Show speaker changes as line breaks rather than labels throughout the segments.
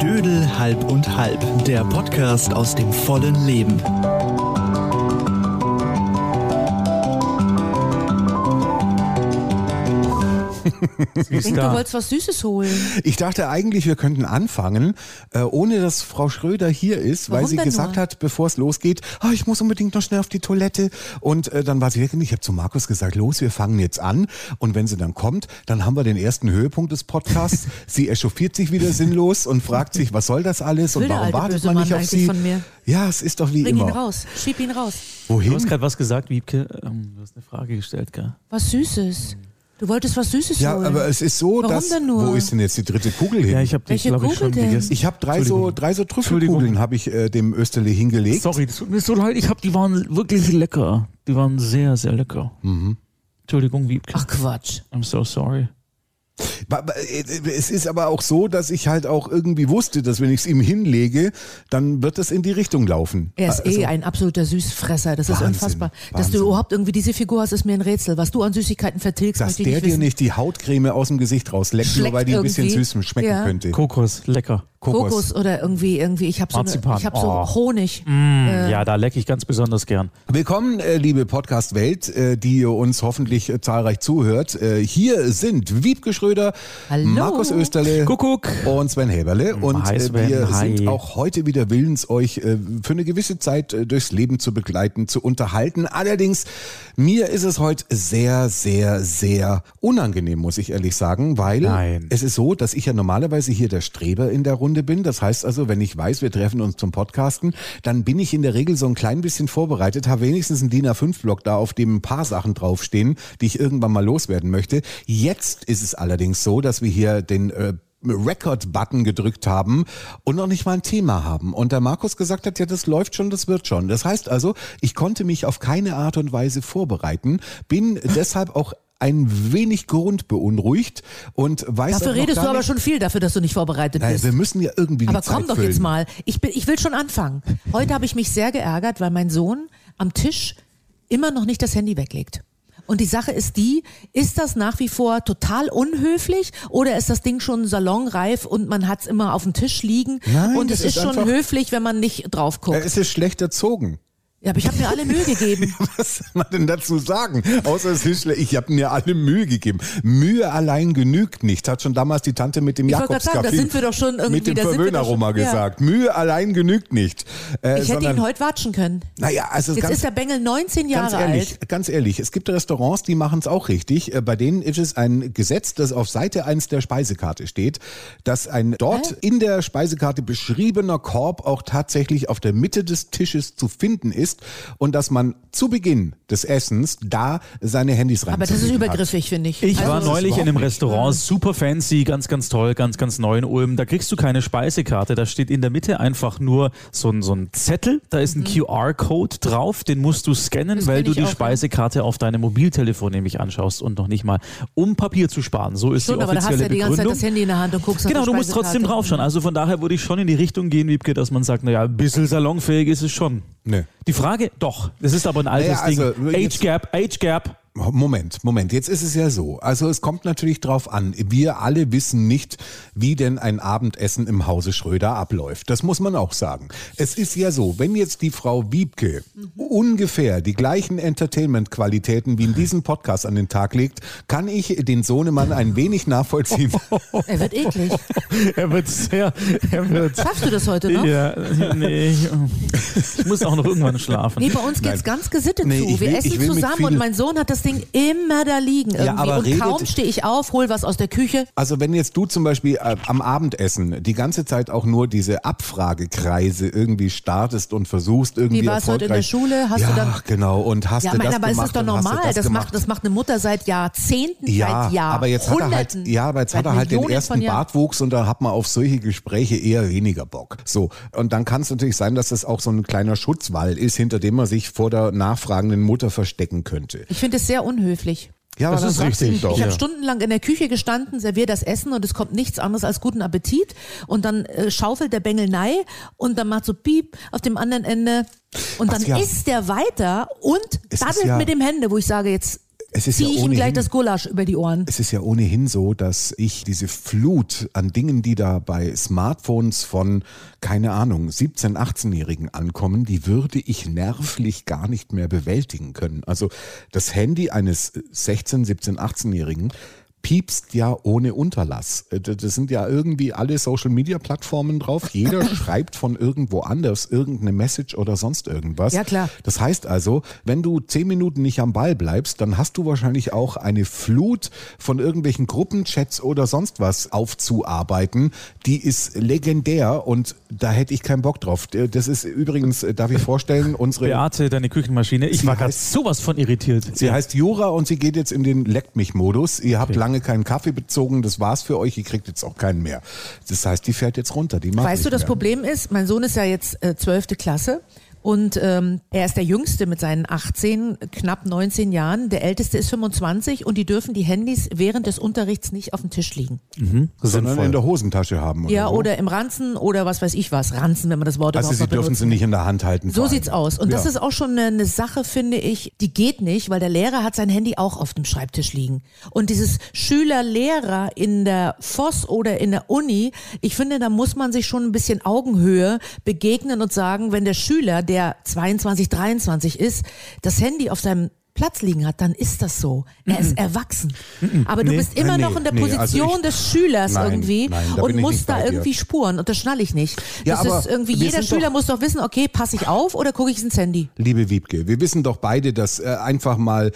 Dödel halb und halb, der Podcast aus dem vollen Leben.
Ich denke, du wolltest was Süßes holen.
Ich dachte eigentlich, wir könnten anfangen, äh, ohne dass Frau Schröder hier ist,
Warum
weil sie
denn
gesagt
nur?
hat, bevor es losgeht, ah, ich muss unbedingt noch schnell auf die Toilette. Und äh, dann war sie weg und ich habe zu Markus gesagt, los, wir fangen jetzt an. Und wenn sie dann kommt, dann haben wir den ersten Höhepunkt des Podcasts. sie echauffiert sich wieder sinnlos und fragt sich, was soll das alles
Will
und
der
warum
alte
wartet
böse
man
Mann
nicht auf
eigentlich
sie?
von mir?
Ja, es ist doch wie
Bring ihn
immer.
raus, schieb ihn raus.
Du hast
Wohin?
gerade was gesagt, Wiebke. Ähm, Du hast eine Frage gestellt, gell?
Was Süßes. Du wolltest was Süßes
Ja,
holen.
aber es ist so,
Warum
dass
denn nur?
wo ist denn jetzt die dritte Kugel hin?
Ja, ich habe die,
Welche
glaube ich, schon
Gurgel denn?
gegessen.
Ich habe drei so,
Entschuldigung.
drei so Trüffelkugeln habe ich äh, dem Österle hingelegt.
Sorry, das tut mir so leid. Ich habe, die waren wirklich lecker. Die waren sehr, sehr lecker. Entschuldigung, Wiebke.
Ach Quatsch.
I'm so sorry.
Ba- ba- äh, äh, Es ist aber auch so, dass ich halt auch irgendwie wusste, dass wenn ich es ihm hinlege, dann wird es in die Richtung laufen.
Er ist
Also,
eh ein absoluter Süßfresser. Das
Wahnsinn,
ist unfassbar. Dass
Wahnsinn.
du überhaupt irgendwie diese Figur hast, ist mir ein Rätsel. Was du an Süßigkeiten vertilgst,
dass
möchte ich
der
nicht
dir
wissen.
nicht die Hautcreme aus dem Gesicht rausleckt, nur
Schleckt
weil die ein bisschen
irgendwie.
süß schmecken
Ja.
könnte.
Kokos, lecker.
Kokos. oder irgendwie, irgendwie. Ich habe so, eine,
Marzipan.
ich hab so
Oh.
Honig. Hm.
Ja, da lecke ich ganz besonders gern.
Willkommen, äh, liebe Podcast-Welt, äh, die ihr uns hoffentlich äh, zahlreich zuhört. Äh, hier sind Wiebke Schröder,
Hallo.
Markus Österle
Kuckuck.
und Sven Häberle. Und
Hi,
äh,
Sven.
wir
Hi.
sind auch heute wieder willens, euch äh, für eine gewisse Zeit äh, durchs Leben zu begleiten, zu unterhalten. Allerdings, mir ist es heute sehr, sehr, sehr unangenehm, muss ich ehrlich sagen, weil
Nein.
es ist so, dass ich ja normalerweise hier der Streber in der Runde bin. Das heißt also, wenn ich weiß, wir treffen uns zum Podcasten, dann bin ich in der Regel so ein klein bisschen vorbereitet, habe wenigstens einen DIN A5-Block da, auf dem ein paar Sachen draufstehen, die ich irgendwann mal loswerden möchte. Jetzt ist es allerdings so, dass wir hier den äh, Record-Button gedrückt haben und noch nicht mal ein Thema haben. Und der Markus gesagt hat, ja, das läuft schon, das wird schon. Das heißt also, ich konnte mich auf keine Art und Weise vorbereiten, bin deshalb auch ein wenig grundbeunruhigt und weiß
Dafür
auch noch
redest
gar
du aber
nicht-
schon viel dafür, dass du nicht vorbereitet
Naja,
bist.
wir müssen ja irgendwie
Aber
die Zeit
komm doch
füllen.
jetzt mal. Ich, bin, ich will schon anfangen. Heute habe ich mich sehr geärgert, weil mein Sohn am Tisch immer noch nicht das Handy weglegt. Und die Sache ist die, ist das nach wie vor total unhöflich oder ist das Ding schon salonreif und man hat es immer auf dem Tisch liegen
Nein,
und
das
es ist,
ist
schon
einfach-
höflich, wenn man nicht drauf
Ja,
guckt.
Es ist schlecht erzogen.
Ja, aber ich habe mir alle Mühe gegeben.
Was soll man denn dazu sagen? Außer es ist schlecht. Ich habe mir alle Mühe gegeben. Mühe allein genügt nicht. Hat schon damals die Tante mit dem
Ich wollte gerade sagen, da
Jakobskaffee
sind wir doch schon irgendwie.
mit dem
da sind wir doch
Verwöhneroma
schon- ja.
gesagt. Mühe allein genügt nicht. Äh,
Ich hätte
sondern-
ihn heute watschen können.
Naja, also
Jetzt
ganz
ist der Bengel 19 Jahre
Ganz ehrlich,
alt.
ganz ehrlich, es gibt Restaurants, die machen es auch richtig. Äh, Bei denen ist es ein Gesetz, das auf Seite 1 der Speisekarte steht, dass ein dort in der Speisekarte beschriebener Korb auch tatsächlich auf der Mitte des Tisches zu finden ist und dass man zu Beginn des Essens da seine Handys rein.
Aber das ist übergriffig, finde ich.
Ich
Also-
war neulich in einem
überhaupt
Restaurant, super fancy, ganz, ganz toll, ganz, ganz neu in Ulm. Da kriegst du keine Speisekarte. Da steht in der Mitte einfach nur so ein, so ein Zettel. Da ist ein QR-Code drauf. Den musst du scannen,
Mhm. Das
weil
kenn
du
ich
die
auch, ja.
Speisekarte auf deinem Mobiltelefon nämlich anschaust und noch nicht mal, um Papier zu sparen. So ist
Schon,
die
aber da hast du ja
offizielle
die ganze Zeit
Begründung.
das Handy in der Hand und guckst auf
Genau,
die
du musst
Speisekarte.
trotzdem draufschauen. Also von daher würde ich schon in die Richtung gehen, Wiebke, dass man sagt, naja, ein bisschen salonfähig ist es schon.
Nee.
Die Frage, doch, das ist aber ein altes
Naja, also,
Ding.
jetzt-
Age Gap, Age Gap.
Moment, Moment. Jetzt ist es ja so. Also es kommt natürlich drauf an. Wir alle wissen nicht, wie denn ein Abendessen im Hause Schröder abläuft. Das muss man auch sagen. Es ist ja so, wenn jetzt die Frau Wiebke ungefähr die gleichen Entertainment-Qualitäten wie in diesem Podcast an den Tag legt, kann ich den Sohnemann ein wenig nachvollziehen.
Er wird eklig.
Er wird sehr, er wird
Schaffst du das heute noch?
Ja, nee, ich, ich muss auch noch irgendwann schlafen.
Nee, bei uns geht's
Nein.
ganz gesittet
Nee,
zu.
ich
Wir
will-
essen
ich will mit
zusammen
viel-
und mein Sohn hat das Ding immer da liegen irgendwie.
aber
und
redet-
kaum stehe ich auf, hol was aus der Küche.
Also wenn jetzt du zum Beispiel äh, am Abendessen die ganze Zeit auch nur diese Abfragekreise irgendwie startest und versuchst irgendwie
Wie war's heute in der
erfolgreich-
Schule? Hast du
ja,
dann-
genau. Und hast
Ja,
du
mein,
das
aber ist
gemacht
das doch
und hast du
normal.
Das,
Das,
gemacht
macht, das macht eine Mutter seit Jahrzehnten,
Ja,
seit Jahrhunderten.
aber jetzt hat er halt, ja, aber jetzt hat
seit
er halt den
Millionen
ersten
von Jahren.
Bartwuchs und da hat man auf solche Gespräche eher weniger Bock. So. Und dann kann es natürlich sein, dass das auch so ein kleiner Schutzwall ist, hinter dem man sich vor der nachfragenden Mutter verstecken könnte.
Ich finde es sehr unhöflich.
Ja, aber
Das
dann
ist
sag's ihm
richtig.
Doch.
Ich habe
Ja.
stundenlang in der Küche gestanden, servier das Essen und es kommt nichts anderes als guten Appetit. Und dann äh, schaufelt der Bengel nei und dann macht so Piep auf dem anderen Ende. Und
Ach
dann
ja.
isst der weiter und
Es ist
daddelt
ja-
mit dem Hände, wo ich sage, jetzt
Es ist
ziehe
ja
ich ihm gleich
ohnehin-
das Gulasch über die Ohren.
Es ist ja ohnehin so, dass ich diese Flut an Dingen, die da bei Smartphones von, keine Ahnung, 17-, 18-Jährigen ankommen, die würde ich nervlich gar nicht mehr bewältigen können. Also das Handy eines 16-, 17-, 18-Jährigen piepst ja ohne Unterlass. Äh, Das sind ja irgendwie alle Social-Media-Plattformen drauf. Jeder schreibt von irgendwo anders irgendeine Message oder sonst irgendwas.
Ja, klar.
Das heißt also, wenn du zehn Minuten nicht am Ball bleibst, dann hast du wahrscheinlich auch eine Flut von irgendwelchen Gruppenchats oder sonst was aufzuarbeiten. Die ist legendär und da hätte ich keinen Bock drauf. Das ist übrigens, äh, darf ich vorstellen, unsere.
Beate, deine Küchenmaschine. Ich
Sie
war gerade
heißt-
sowas von irritiert.
Sie heißt Jura und sie geht jetzt in den Leckt mich Modus. Ihr habt lange keinen Kaffee bezogen, das war's für euch, ihr kriegt jetzt auch keinen mehr. Das heißt, die fährt jetzt runter. Die mag
Weißt
nicht
du, das
mehr.
Problem ist, mein Sohn ist ja jetzt äh, 12. Klasse und ähm, er ist der Jüngste mit seinen 18, knapp 19 Jahren. Der Älteste ist 25 und die dürfen die Handys während des Unterrichts nicht auf dem Tisch liegen.
Sondern
Sinnvoll.
in der Hosentasche haben. Oder
Ja,
wo.
oder im Ranzen oder was weiß ich was. Ranzen, wenn man das Wort
Also
überhaupt
sie
noch
dürfen
benutzt.
sie nicht in der Hand halten.
So
vor allem.
sieht's aus. Und das
Ja.
ist auch schon eine, eine Sache, finde ich, die geht nicht, weil der Lehrer hat sein Handy auch auf dem Schreibtisch liegen. Und dieses Schüler-Lehrer in der FOS oder in der Uni, ich finde, da muss man sich schon ein bisschen Augenhöhe begegnen und sagen, wenn der Schüler, der 22, 23 ist, das Handy auf seinem Platz liegen hat, dann ist das so. Er ist erwachsen. Aber du
Nee,
bist immer
Mhm. nee,
noch in der
nee, also
Position
ich-
des Schülers
Nein,
irgendwie
nein, da bin
und
ich
musst
nicht
da
bei dir.
irgendwie spuren. Und das schnalle ich nicht.
Ja,
das
aber
ist irgendwie,
wir
jeder
sind doch-
Schüler muss doch wissen, okay, passe ich auf oder gucke ich ins Handy?
Liebe Wiebke, wir wissen doch beide, dass äh, einfach mal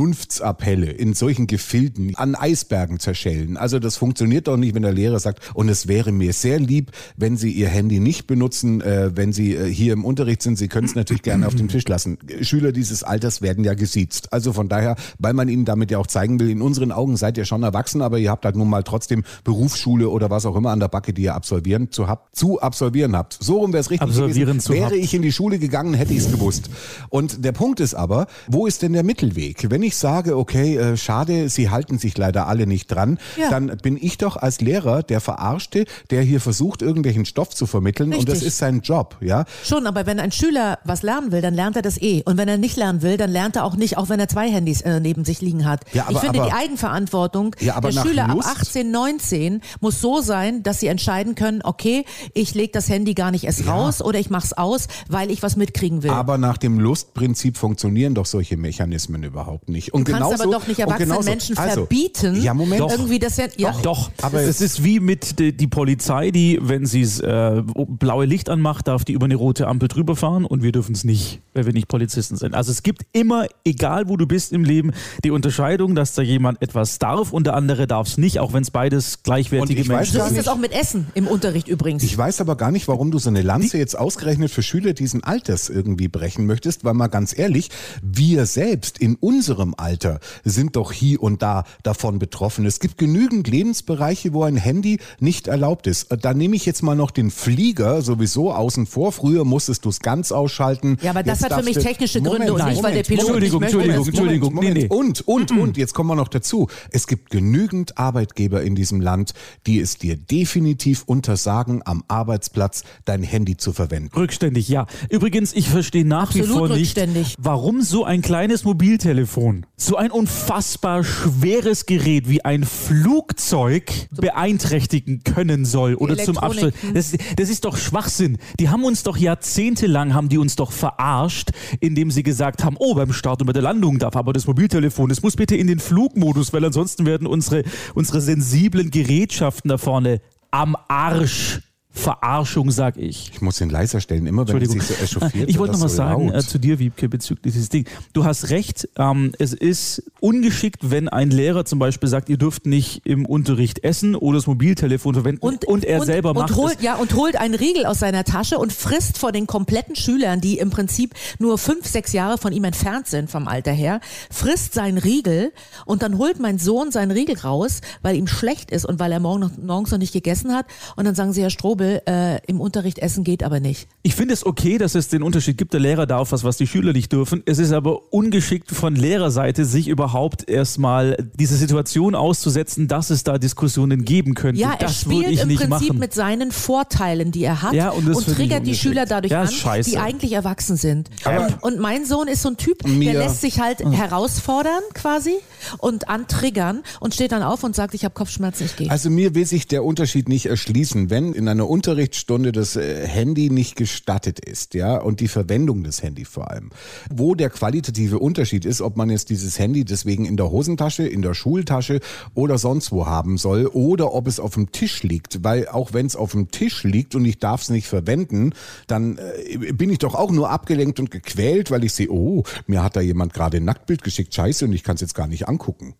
Vernunftsappelle in solchen Gefilden an Eisbergen zerschellen. Also das funktioniert doch nicht, wenn der Lehrer sagt, und es wäre mir sehr lieb, wenn Sie Ihr Handy nicht benutzen, äh, wenn Sie äh, hier im Unterricht sind. Sie können es natürlich gerne auf dem Tisch lassen. Schüler dieses Alters werden ja gesiezt. Also von daher, weil man Ihnen damit ja auch zeigen will, in unseren Augen seid ihr schon erwachsen, aber ihr habt halt nun mal trotzdem Berufsschule oder was auch immer an der Backe, die ihr absolvieren zu, habt, zu absolvieren habt. So rum wäre es richtig
Absolvieren
gewesen.
zu
Wäre
habt.
ich in die Schule gegangen, hätte ich es gewusst. Und der Punkt ist aber, wo ist denn der Mittelweg? Wenn ich sage, okay, äh, schade, sie halten sich leider alle nicht dran,
Ja.
dann bin ich doch als Lehrer der Verarschte, der hier versucht, irgendwelchen Stoff zu vermitteln und das
Richtig.
ist sein Job, ja.
Schon, aber wenn ein Schüler was lernen will, dann lernt er das eh. Und wenn er nicht lernen will, dann lernt er auch nicht, auch wenn er zwei Handys äh, neben sich liegen hat.
Ja, aber-
ich finde,
aber-
die Eigenverantwortung
Ja, aber
der
nach
Schüler
Lust?
ab 18, 19 muss so sein, dass sie entscheiden können, okay, ich lege das Handy gar nicht erst raus oder ich mach's aus, weil ich was mitkriegen will.
Aber nach dem Lustprinzip funktionieren doch solche Mechanismen überhaupt nicht. Und
Du kannst
genauso,
aber doch nicht
und
erwachsenen
genauso-
Menschen
also,
verbieten, äh,
Ja, Moment.
Doch.
irgendwie das Handy. Ja,
Doch,
Aber
aber es ist wie mit de, die Polizei, die, wenn sie das äh, blaue Licht anmacht, darf die über eine rote Ampel drüber fahren und wir dürfen es nicht, weil wir nicht Polizisten sind. Also es gibt immer, egal wo du bist im Leben, die Unterscheidung, dass da jemand etwas darf und der andere darf es nicht, auch wenn es beides gleichwertige
Und ich weiß
Menschen
So
das
ist
sind.
es auch mit Essen im Unterricht übrigens.
Ich weiß aber gar nicht, warum du so eine Lanze jetzt ausgerechnet für Schüler diesen Alters irgendwie brechen möchtest, weil mal ganz ehrlich, wir selbst in unserem Alter sind doch hier und da davon betroffen. Es gibt genügend Lebensbereiche, wo ein Handy nicht erlaubt ist. Da nehme ich jetzt mal noch den Flieger sowieso außen vor. Früher musstest du es ganz ausschalten.
Ja, aber das
Jetzt
hat für
darfst
mich
du-
technische Gründe und nicht, weil der Pilot
Entschuldigung,
nicht möchte,
Entschuldigung,
dass-
Entschuldigung.
Moment,
Nee, nee.
Und, und,
Mhm.
und, jetzt kommen wir noch dazu. Es gibt genügend Arbeitgeber in diesem Land, die es dir definitiv untersagen, am Arbeitsplatz dein Handy zu verwenden.
Rückständig, ja. Übrigens, ich verstehe nach wie
Absolut
vor nicht,
rückständig.
warum so ein kleines Mobiltelefon, so ein unfassbar schweres Gerät wie ein Flugzeug beeinträchtigen können soll oder zum
Elektronik,
Absturz. Das, das ist doch Schwachsinn. Die haben uns doch jahrzehntelang, haben die uns doch verarscht, indem sie gesagt haben, oh, beim Start und bei der Landung darf aber das Mobiltelefon, das muss bitte in den Flugmodus, weil ansonsten werden unsere, unsere sensiblen Gerätschaften da vorne am Arsch. Verarschung, sag ich.
Ich muss ihn leiser stellen, immer wenn er sich so
Entschuldigung.
echauffiert.
Ich wollte
wird
noch
das
was
so
sagen äh,
laut.
zu dir, Wiebke, bezüglich dieses Ding. Du hast recht, ähm, es ist ungeschickt, wenn ein Lehrer zum Beispiel sagt, ihr dürft nicht im Unterricht essen oder das Mobiltelefon verwenden und, er selber
und
macht
holt,
es.
Ja, und holt einen Riegel aus seiner Tasche und frisst vor den kompletten Schülern, die im Prinzip nur fünf, sechs Jahre von ihm entfernt sind vom Alter her, frisst seinen Riegel und dann holt mein Sohn seinen Riegel raus, weil ihm schlecht ist und weil er morgen noch, morgens noch nicht gegessen hat. Und dann sagen sie, Herr Strobel, Gabel äh, im Unterricht essen geht aber nicht.
Ich finde es okay, dass es den Unterschied gibt. Der Lehrer darf was, was die Schüler nicht dürfen. Es ist aber ungeschickt von Lehrerseite, sich überhaupt erstmal diese Situation auszusetzen, dass es da Diskussionen geben könnte.
Ja, er
Also das würde
spielt
ich
im
nicht
Prinzip
machen.
mit seinen Vorteilen, die er hat
Ja,
und,
und das finde ich
triggert die
ungeschickt.
Schüler dadurch
Ja,
an,
ist scheiße.
die eigentlich erwachsen sind.
Aber-
und, und mein Sohn ist so ein Typ,
Mir-
der lässt sich
Hm.
halt herausfordern quasi und antriggern und steht dann auf und sagt, ich habe Kopfschmerzen, ich gehe.
Also mir will sich der Unterschied nicht erschließen, wenn in einer Unterrichtsstunde das äh, Handy nicht gestattet ist, ja, und die Verwendung des Handy vor allem. Wo der qualitative Unterschied ist, ob man jetzt dieses Handy deswegen in der Hosentasche, in der Schultasche oder sonst wo haben soll oder ob es auf dem Tisch liegt, weil auch wenn es auf dem Tisch liegt und ich darf es nicht verwenden, dann äh, bin ich doch auch nur abgelenkt und gequält, weil ich sehe, oh, mir hat da jemand gerade ein Nacktbild geschickt, scheiße, und ich kann es jetzt gar nicht angucken.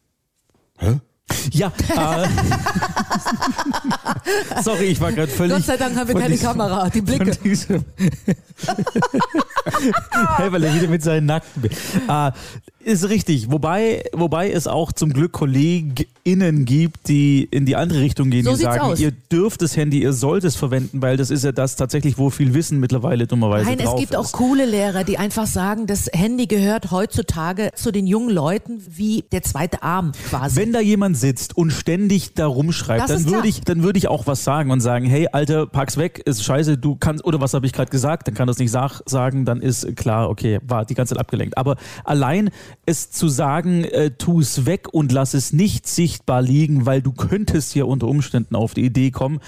Ja. Äh, sorry, ich war gerade völlig.
Gott sei Dank haben wir
von
keine
diesem-
Kamera, die
von
Blicke.
diesem- hey, weil er wieder mit seinen Nackten. Äh, ist richtig. Wobei, wobei es auch zum Glück KollegInnen gibt, die in die andere Richtung gehen,
So
die
sieht's
sagen,
aus.
ihr dürft das Handy, ihr sollt es verwenden, weil das ist ja das tatsächlich, wo viel Wissen mittlerweile dummerweise
Nein,
drauf
es gibt
ist.
auch coole Lehrer, die einfach sagen, das Handy gehört heutzutage zu den jungen Leuten wie der zweite Arm quasi.
Wenn da jemand sitzt und ständig da rumschreibt,
Das
dann
ist klar.
würde ich, dann würde ich auch was sagen und sagen, hey, Alter, pack's weg, ist scheiße, du kannst, oder was habe ich gerade gesagt, dann kann das nicht sag, sagen, dann ist klar, okay, war die ganze Zeit abgelenkt. Aber allein es zu sagen, äh, tu es weg und lass es nicht sichtbar liegen, weil du könntest ja unter Umständen auf die Idee kommen,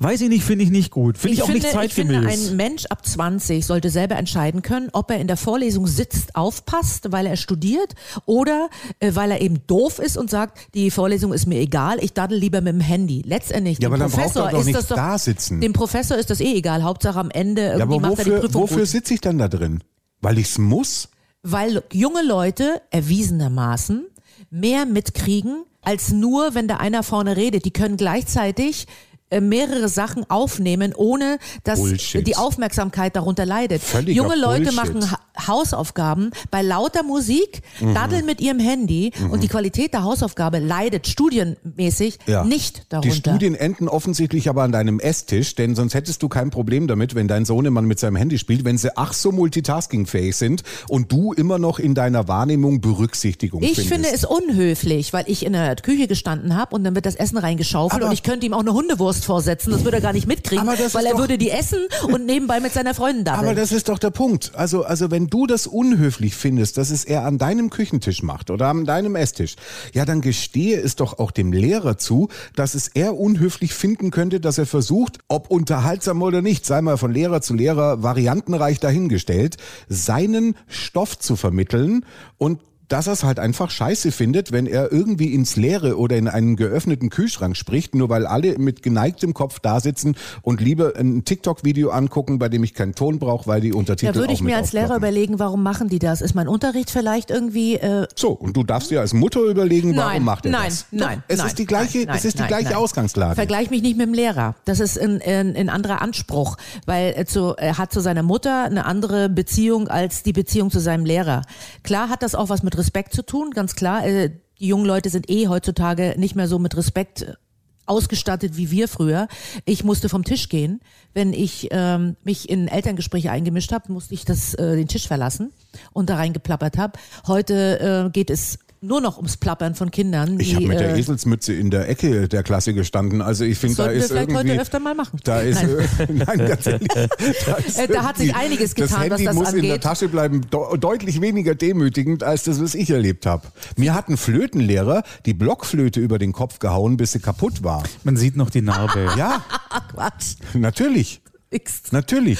weiß ich nicht, finde ich nicht gut. Finde ich, auch nicht
ich finde,
zeitgemäß.
ein Mensch ab 20 sollte selber entscheiden können, ob er in der Vorlesung sitzt, aufpasst, weil er studiert oder äh, weil er eben doof ist und sagt, die Vorlesung ist mir egal, ich daddel lieber mit dem Handy. Letztendlich,
Ja,
dem
aber dann braucht
Professor
er doch
ist
nicht
das doch,
da sitzen.
Dem Professor ist das eh egal, Hauptsache am Ende irgendwie
Ja, aber
macht er die
wofür,
Prüfung
wofür
gut.
sitze ich dann da drin? Weil ich's muss?
Weil junge Leute erwiesenermaßen mehr mitkriegen, als nur, wenn da einer vorne redet. Die können gleichzeitig äh, mehrere Sachen aufnehmen, ohne dass
Bullshit.
die Aufmerksamkeit darunter leidet.
Völliger
Junge Leute
Bullshit. Mhm.
machen ha Hausaufgaben bei lauter Musik, daddeln mit ihrem Handy und die Qualität der Hausaufgabe leidet studienmäßig nicht darunter.
Die Studien enden offensichtlich aber an deinem Esstisch, denn sonst hättest du kein Problem damit, wenn dein Sohnemann mit seinem Handy spielt, wenn sie ach so multitaskingfähig sind und du immer noch in deiner Wahrnehmung Berücksichtigung
ich
findest.
finde es unhöflich, weil ich in der Küche gestanden habe und dann wird das Essen reingeschaufelt
Aber-
und ich könnte ihm auch eine Hundewurst vorsetzen, das würde er gar nicht mitkriegen,
Aber das ist
weil er
doch-
würde die essen und nebenbei mit seiner Freundin
aber
daddeln.
das ist doch der Punkt. Also, also wenn du das unhöflich findest, dass es er an deinem Küchentisch macht oder an deinem Esstisch, ja, dann gestehe es doch auch dem Lehrer zu, dass es er unhöflich finden könnte, dass er versucht, ob unterhaltsam oder nicht, sei mal von Lehrer zu Lehrer variantenreich dahingestellt, seinen Stoff zu vermitteln und dass er es halt einfach scheiße findet, wenn er irgendwie ins Leere oder in einen geöffneten Kühlschrank spricht, nur weil alle mit geneigtem Kopf da sitzen und lieber ein TikTok-Video angucken, bei dem ich keinen Ton brauche, weil die Untertitel
Da würde
auch
ich
mit
mir als Lehrer
aufploppen.
überlegen, warum machen die das? Ist mein Unterricht vielleicht irgendwie äh,
So, und du darfst dir als Mutter überlegen, warum
Nein,
macht er
nein,
das?
nein,
es
nein,
ist die gleiche,
nein, nein,
es ist die
nein,
gleiche
nein.
Ausgangslage.
Vergleich mich nicht mit dem Lehrer. Das ist ein, ein, ein anderer Anspruch, weil er, zu, er hat zu seiner Mutter eine andere Beziehung als die Beziehung zu seinem Lehrer. Klar hat das auch was mit Respekt zu tun, ganz klar. Äh, die jungen Leute sind eh heutzutage nicht mehr so mit Respekt äh, ausgestattet wie wir früher. Ich musste vom Tisch gehen. Wenn ich ähm, mich in Elterngespräche eingemischt habe, musste ich das, äh, den Tisch verlassen und da reingeplappert habe. Heute äh, geht es nur noch ums Plappern von Kindern.
ich habe
die,
mit der
äh,
Eselsmütze in der Ecke der Klasse gestanden. Also ich finde, da
Sollten wir
ist
vielleicht heute
irgendwie
öfter mal machen.
Da ist äh,
Nein.
nein, ganz ehrlich, da, ist
Äh, da hat sich
irgendwie-
einiges getan,
das Handy
was das
muss in der
angeht.
Tasche bleiben, de deutlich weniger demütigend als das, was ich erlebt habe. Mir hat ein Flötenlehrer die Blockflöte über den Kopf gehauen, bis sie kaputt war.
Man sieht noch die Narbe.
Ja,
Quatsch,
natürlich,
nix.
Ne?
natürlich.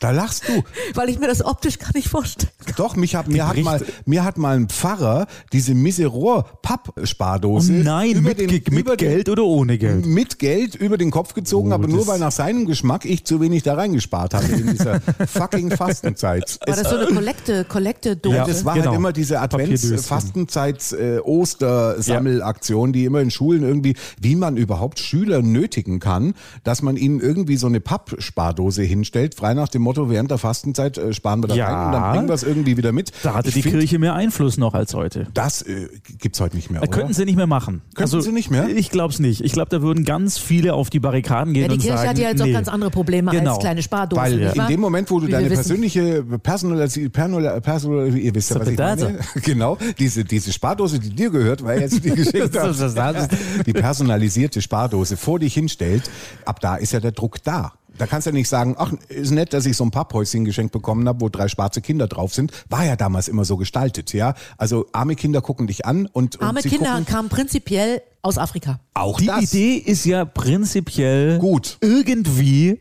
Da lachst du.
Weil ich mir das optisch gar nicht vorstellen kann.
Doch, mich hat, mir, hat
bricht-
mal, mir hat mal ein Pfarrer diese
Oh
Miseror-Pappspardose
nein,
über
mit,
den,
Ge- mit
über den-
Geld oder ohne Geld?
mit Geld über den Kopf gezogen,
Oh,
aber nur
das-
weil nach seinem Geschmack ich zu wenig da reingespart habe in dieser fucking Fastenzeit.
War das so eine Kollekte, Kollekte-Dose?
äh, Ja,
das war
genau.
halt immer diese
Papierdöschen.
Advents-Fastenzeit-Ostersammelaktion, die immer in Schulen irgendwie, wie man überhaupt Schüler nötigen kann, dass man ihnen irgendwie so eine Pappspardose hinstellt, frei nach dem Motto, während der Fastenzeit äh, sparen wir das
Ja.
ein und dann bringen wir es irgendwie wieder mit.
Da hatte
Ich
die
find,
Kirche mehr Einfluss noch als heute.
Das äh, gibt es heute nicht mehr,
Da
oder?
könnten sie nicht mehr machen. Also,
Könnten sie nicht mehr?
Ich glaube es nicht. Ich glaube, da würden ganz viele auf die Barrikaden gehen
Ja, die
und
Kirche
sagen,
hat ja jetzt auch
nee.
ganz andere Probleme
Genau.
als kleine Spardosen.
Weil
nicht
in
wahr?
dem Moment, wo du
Wie Also wir
deine
wissen.
persönliche Personalisierung, Personal, Personal, ihr wisst ja, was ich meine. Genau, diese, diese Spardose, die dir gehört, weil jetzt die geschickt
Das ist
hast, die personalisierte Spardose vor dich hinstellt, ab da ist ja der Druck da. Da kannst du ja nicht sagen, ach, ist nett, dass ich so ein Papphäuschen geschenkt bekommen habe, wo drei schwarze Kinder drauf sind. War ja damals immer so gestaltet, ja. Also arme Kinder gucken dich an und, und
Arme
sie
Kinder
gucken
kamen prinzipiell aus Afrika.
auch
Die
das.
Idee ist ja prinzipiell
Gut.
irgendwie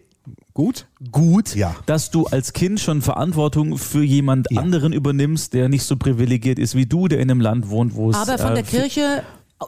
Gut?
gut,
Ja.
dass du als Kind schon Verantwortung für jemand anderen übernimmst, der nicht so privilegiert ist wie du, der in einem Land wohnt, wo es
Aber von der
äh,
Kirche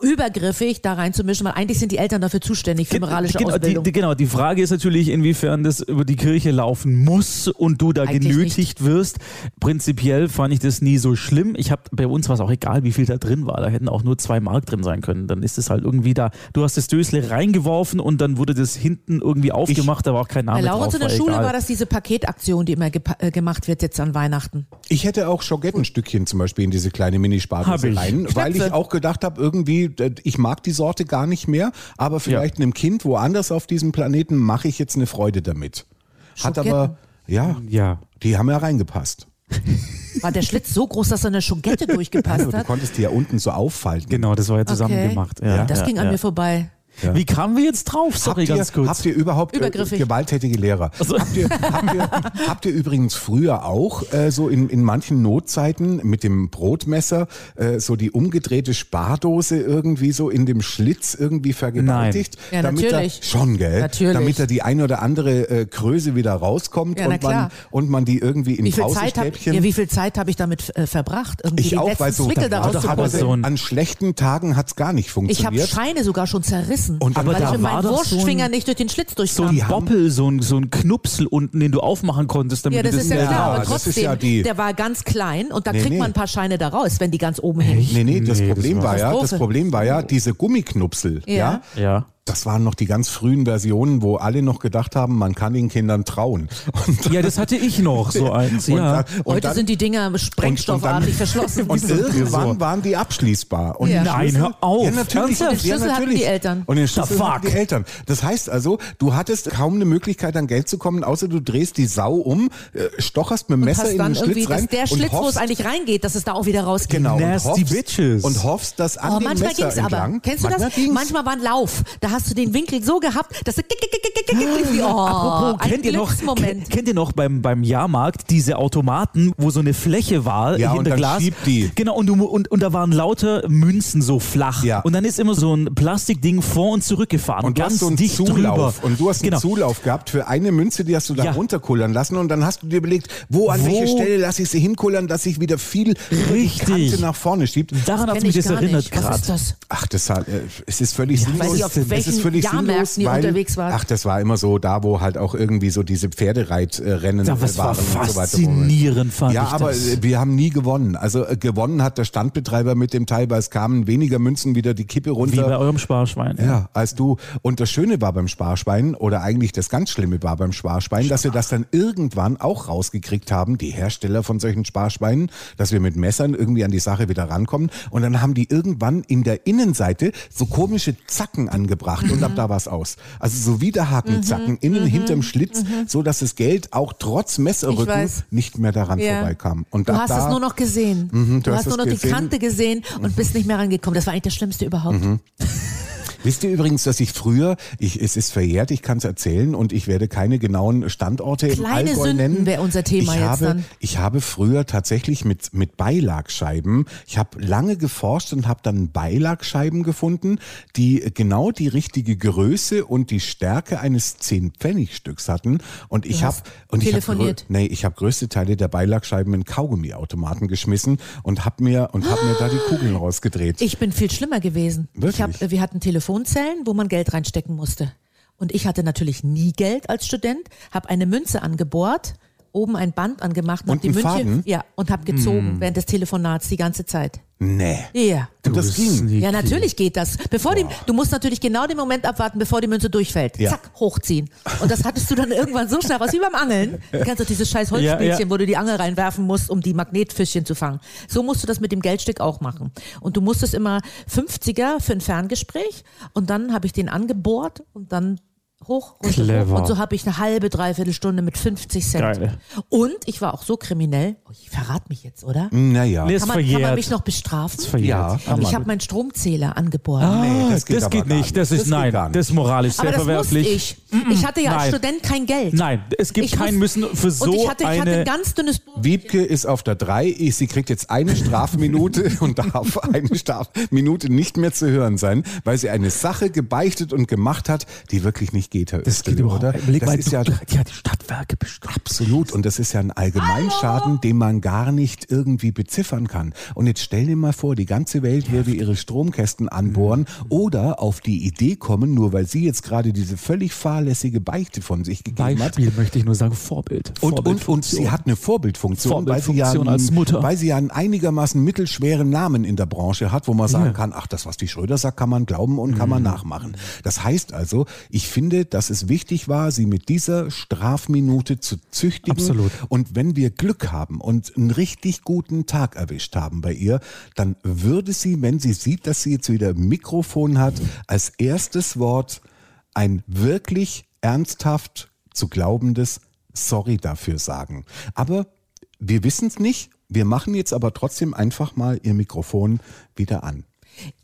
übergriffig da reinzumischen, weil eigentlich sind die Eltern dafür zuständig für moralische
genau,
Ausbildung.
Die, die, genau, die Frage ist natürlich, inwiefern das über die Kirche laufen muss und du da
Eigentlich
genötigt wirst. Prinzipiell fand ich das nie so schlimm. Ich habe bei uns war es auch egal, wie viel da drin war. Da hätten auch nur zwei Mark drin sein können. Dann ist es halt irgendwie da. Du hast das Dösle reingeworfen und dann wurde das hinten irgendwie aufgemacht. da war auch kein Name
Bei Laura
drauf.
zu der
war
Schule
egal.
war das diese Paketaktion, die immer gepa- äh, gemacht wird jetzt an Weihnachten.
Ich hätte auch Schogettenstückchen zum Beispiel in diese kleine
Hab
Minispardose
ich.
rein, weil ich
Schnäpse.
auch gedacht habe, irgendwie, äh, ich mag die Sorte gar nicht mehr, aber vielleicht einem Kind woanders auf diesem Planeten mache ich jetzt eine Freude damit. Hat
Schoketten?
aber, ja,
Ja.
die haben ja reingepasst.
War der Schlitz so groß, dass er eine Schungette durchgepasst
Du
hat?
konntest die ja unten so auffalten.
Genau, das war ja zusammen
Okay.
gemacht. Ja,
das
ja,
ging an
ja.
mir vorbei.
Wie kamen wir jetzt drauf? Sorry,
habt,
ganz
ihr,
kurz.
habt ihr überhaupt äh,
Übergriffig.
gewalttätige Lehrer?
Also-
Habt, ihr, habt, ihr, habt ihr übrigens früher auch äh, so in, in manchen Notzeiten mit dem Brotmesser äh, so die umgedrehte Spardose irgendwie so in dem Schlitz irgendwie vergewaltigt?
Ja,
damit
natürlich.
Da, schon, gell?
Natürlich.
Damit da die ein oder andere äh, Kröse wieder rauskommt
Ja, na
und, man,
klar.
und man die irgendwie in
Wie viel Zeit habe
Pausenstäbchen...
ja, wie viel Zeit hab ich damit äh, verbracht, irgendwie die
ich auch,
letzten
weil so,
Zwickel daraus
doch,
zu
aber
aber
puzzeln?
so ein-
an schlechten Tagen hat's gar nicht
Ich habe
funktioniert.
Scheine sogar schon zerrissen,
Und dann-
weil
Aber
ich
da
mit
war
meinem
doch so ein-
Wurstfinger nicht durch den Schlitz
so
durchkam.
ein Boppel, so ein, so ein Knupsel unten, den du aufmachen konntest, damit
ja, das
du
ist ja
Ja,
klar, aber
das ist
trotzdem,
ja die-
der war ganz klein und da
Nee,
kriegt
nee.
man ein paar Scheine da raus, wenn die ganz oben hängen.
Nee, nee, das
Nee, das
Problem
war-
war ja, das
Katastrophe.
Problem war ja, diese Gummiknupsel, ja.
Ja.
Ja.
Das waren noch die ganz frühen Versionen, wo alle noch gedacht haben, man kann den Kindern trauen. Und,
Ja, das hatte ich noch, so eins.
und
ja.
dann- und
Heute
dann-
sind die Dinger sprengstoffartig verschlossen.
Und irgendwann
Tresor.
waren die abschließbar. Und
Ja.
den
Nein, hör auf.
Ja, natürlich.
Ernsthaft?
Und den
ja,
Schlüssel hatten
natürlich.
die Eltern.
Und den
The
Schlüssel hatten die
fuck?
Eltern. Das heißt also, du hattest kaum eine Möglichkeit, an Geld zu kommen, außer du drehst die Sau um, äh, stocherst mit dem Messer
passt
in den
dann irgendwie,
Schlitz rein
dass der
und
Schlitz, wo es
hoffst,
eigentlich reingeht, dass es da auch wieder rausgeht.
genau, und
Nasty
hoffst,
bitches.
und hoffst, dass an
Oh,
dem
manchmal
Messer
ging's aber.
entlang...
Kennst du das?
Manchmal ging's.
Manchmal war ein Lauf. Da hast du den Winkel so gehabt, dass du kick, kick, kick, kick, kick, kick, kick, oh,
Apropos,
ein
kennt ihr, noch,
Glücksmoment.
kennt, kennt ihr noch beim, beim Jahrmarkt diese Automaten, wo so eine Fläche war,
Ja,
hier
und
in der
dann
Glas?
schiebt die.
Genau, und, du, mu- und, und da waren lauter Münzen so flach.
Ja.
Und dann ist immer so ein Plastikding vor und zurückgefahren.
Und du
ganz
hast so einen
dicht drüber.
Zulauf. Und du hast einen
genau.
Zulauf gehabt für eine Münze, die hast du dann
Ja.
runterkullern lassen. Und dann hast du dir überlegt, wo an
Wo?
welche Stelle lasse ich sie hinkullern, dass ich wieder viel über
Richtig.
die Kante nach vorne schiebt.
Daran hat
Kenn
mich
ich
das
gar
erinnert
nicht. Was ist
gerade.
das?
Ach, das hat, äh, es ist völlig sinnlos.
weiß nicht, auf
es ist
welchen
völlig
Jahrmärkten
sinnlos,
ihr
weil,
unterwegs wart.
Ach, das war immer so da, wo halt auch irgendwie so diese Pferdereitrennen äh,
Ja, was
waren und
war
so weiter. wo man-
faszinierend, fand
ja,
ich
aber
das.
äh, wir haben nie gewonnen. Also äh, gewonnen hat der Standbetreiber mit dem Teil, weil es kamen weniger Münzen wieder die Kippe runter.
Wie bei eurem Sparschwein.
Ja, als du. Und das Schöne war beim Sparschwein, oder eigentlich das ganz Schlimme war beim Sparschwein, dass wir das dann irgendwann auch rausgekriegt haben, die Hersteller von solchen Sparschweinen, dass wir mit Messern irgendwie an die Sache wieder rankommen. Und dann haben die irgendwann in der Innenseite so komische Zacken angebracht und ab da war's aus. Also so Widerhakenzacken innen hinterm Schlitz, so dass das Geld auch trotz
Mhm, Ich
Messerrücken
weiß.
nicht mehr daran
Ja.
vorbeikam. Und
Du
ab
hast
da, Mhm,
es nur noch gesehen.
du
du,
hast
hast
es
nur noch
gesehen. Mhm.
die Kante gesehen und bist nicht mehr rangekommen. Das war eigentlich das Schlimmste überhaupt.
Wisst ihr übrigens, dass ich früher, ich, es ist verjährt, ich kann es erzählen und ich werde keine genauen Standorte
Kleine
im Allgäu
Sünden
nennen.
wär unser Thema
ich
jetzt
habe,
dann.
Ich habe früher tatsächlich mit, mit Beilagscheiben, ich habe lange geforscht und habe dann Beilagscheiben gefunden, die genau die richtige Größe und die Stärke eines 10-Pfennig-Stücks hatten. Und ich habe
hast
und ich habe grö-
telefoniert.
nee, ich habe größte Teile der Beilagscheiben in Kaugummiautomaten geschmissen und habe mir und habe mir da die Kugeln rausgedreht.
Ich bin viel schlimmer gewesen.
Wirklich?
Ich hab, äh, wir hatten Telefonzellen, wo man Geld reinstecken musste. Und ich hatte natürlich nie Geld als Student, habe eine Münze angebohrt oben ein Band angemacht und,
Und
hab die
einen
Münche
Faden? Mhm.
ja und hab gezogen während des Telefonats die ganze Zeit.
Nee.
Ja.
Und das ging.
Ja, natürlich geht das. Bevor die, du musst natürlich genau den Moment abwarten, bevor die Münze durchfällt.
Ja.
Zack, hochziehen. Und das hattest du dann irgendwann so schnell raus, wie beim Angeln. Du kennst doch dieses scheiß Holzspielchen,
Ja, ja.
wo du die Angel reinwerfen musst, um die Magnetfischchen zu fangen. So musst du das mit dem Geldstück auch machen. Und du musstest immer 50er für ein Ferngespräch und dann habe ich den angebohrt und dann hoch, runter,
Clever.
hoch. Und so habe ich eine halbe, dreiviertel Stunde mit 50 Cent.
Geil.
Und ich war auch so kriminell. Oh, ich verrate mich jetzt, oder?
Naja.
Nee, ist
Kann man, kann man
verjährt.
mich noch bestrafen?
verjährt.
Ja, kann
Ich
man.
habe meinen Stromzähler angebohrt.
Ah,
das
das
geht
geht,
aber gar nicht.
nicht. Das ist
Das geht
nein.
gar nicht.
Das ist moralisch sehr
Aber das musste
verwerflich.
ich. Ich hatte ja als
Nein.
Student kein Geld.
Nein, es gibt
Ich
kein
muss-
Müssen für so
Und ich hatte, ich hatte
eine.
ein ganz dünnes Buch.
Wiebke ist auf der 3. Sie kriegt jetzt eine Strafminute und darf eine Strafminute nicht mehr zu hören sein, weil sie eine Sache gebeichtet und gemacht hat, die wirklich nicht geht. Herr Özdemir,
überhaupt-
oder?
Überleg
Das
mal,
ist
du-
ja
du- die hat die Stadtwerke bestraft.
absolut und das ist ja ein Allgemeinschaden, den man gar nicht irgendwie beziffern kann. Und jetzt stell dir mal vor, die ganze Welt würde ihre Stromkästen anbohren
Mhm.
oder auf die Idee kommen, nur weil sie jetzt gerade diese völlig fahrlässige Beichte von sich gegeben hat,
Beispiel möchte ich nur sagen, Vorbild.
Und, und, und sie hat eine Vorbildfunktion, weil, sie ja
Vorbildfunktion
einen,
als Mutter.
weil sie ja einen einigermaßen mittelschweren Namen in der Branche hat, wo man sagen kann, ach, das, was die Schröder sagt, kann man glauben und kann man
Mhm.
nachmachen. Das heißt also, ich finde, dass es wichtig war, sie mit dieser Strafminute zu züchtigen.
Absolut.
Und wenn wir Glück haben und einen richtig guten Tag erwischt haben bei ihr, dann würde sie, wenn sie sieht, dass sie jetzt wieder ein Mikrofon hat, als erstes Wort ein wirklich ernsthaft zu glaubendes Sorry dafür sagen. Aber wir wissen es nicht. Wir machen jetzt aber trotzdem einfach mal ihr Mikrofon wieder an.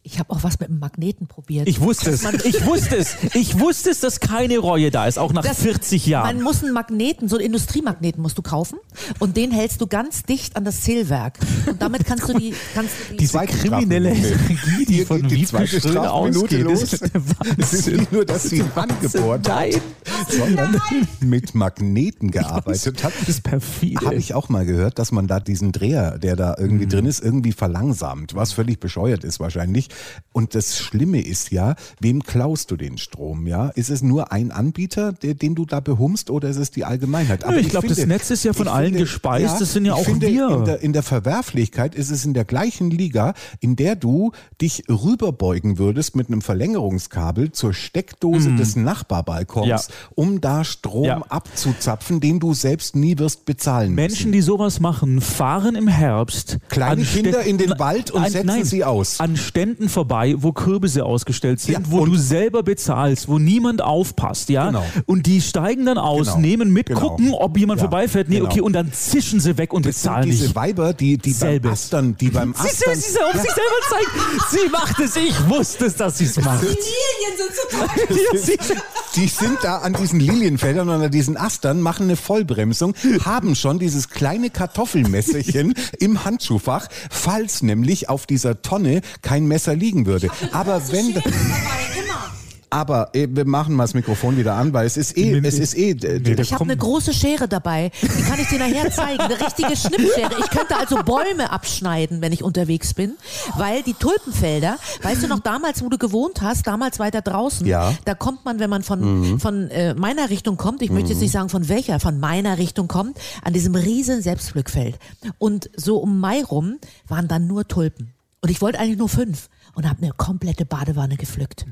Ich habe auch was mit einem Magneten probiert.
ich wusste es. Ich wusste es. Ich wusste es, dass keine Reue da ist, auch nach
Das-
40 Jahren.
Man muss einen Magneten, so einen Industriemagneten musst du kaufen und den hältst du ganz dicht an das Zählwerk. Und damit kannst du die, kannst du die
Diese
zweite
kriminelle
Strafminute.
Energie, die
Hier
von
geht die
Wiebke
zweite
Schön
Strafminute
ausgeht,
los.
ist der
Es ist
Wahnsinn.
nicht nur, dass sie angebohrt hat,
Nein,
sondern mit Magneten gearbeitet hat.
das ist Mhm. perfide.
Habe ich auch mal gehört, dass man da diesen Dreher, der da irgendwie drin ist, irgendwie verlangsamt, was völlig bescheuert ist wahrscheinlich. Und das Schlimme ist ja, wem klaust du den Strom, ja? Ist es nur ein Anbieter, der, den du da behumst oder ist es die Allgemeinheit?
Nö, ich glaub, das
finde-
Netz ist ja von
ich
allen gespeist, das sind ja
ich
auch
finde,
wir.
In der, in der Verwerflichkeit ist es in der gleichen Liga, in der du dich rüberbeugen würdest mit einem Verlängerungskabel zur Steckdose des Nachbarbalkons,
Mhm. Ja.
um da Strom
Ja.
abzuzapfen, den du selbst nie wirst bezahlen müssen.
Menschen, die sowas machen, fahren im Herbst
Kleine
an
Kinder in den Wald und setzen
nein,
sie aus.
An Ständen vorbei, wo Kürbisse ausgestellt sind,
Ja,
wo
und-
du selber bezahlst, wo niemand aufpasst, ja.
Genau.
Und die steigen dann aus,
Genau.
nehmen mit,
Genau.
gucken, ob jemand
Ja,
vorbeifährt, nee,
genau.
okay, und dann zischen sie weg und
Das sind
bezahlen
diese
nicht.
Weiber, die, die beim
Selbes.
Astern, die beim
Siehst du,
Astern,
sie ist auf sich selber zeigt. Sie macht es, ich wusste es, dass sie es macht.
Lilien sind so toll.
Ja, sie-
die sind da an diesen Lilienfeldern und an diesen Astern, machen eine Vollbremsung, haben schon dieses kleine Kartoffelmesserchen im Handschuhfach, falls nämlich auf dieser Tonne kein Messer liegen würde. Aber wenn, aber äh, wir machen mal das Mikrofon wieder an, weil es ist eh, es ist eh, äh,
ich habe eine große Schere dabei. Die kann ich dir nachher zeigen. Eine richtige Schnippschere. Ich könnte also Bäume abschneiden, wenn ich unterwegs bin. Weil die Tulpenfelder, weißt du noch damals, wo du gewohnt hast, damals weiter draußen,
Ja.
da kommt man, wenn man von, von äh, meiner Richtung kommt, ich möchte jetzt nicht sagen von welcher, von meiner Richtung kommt, an diesem riesen Selbstpflückfeld. Und so um Mai rum waren dann nur Tulpen. Und ich wollte eigentlich nur fünf und habe eine komplette Badewanne gepflückt.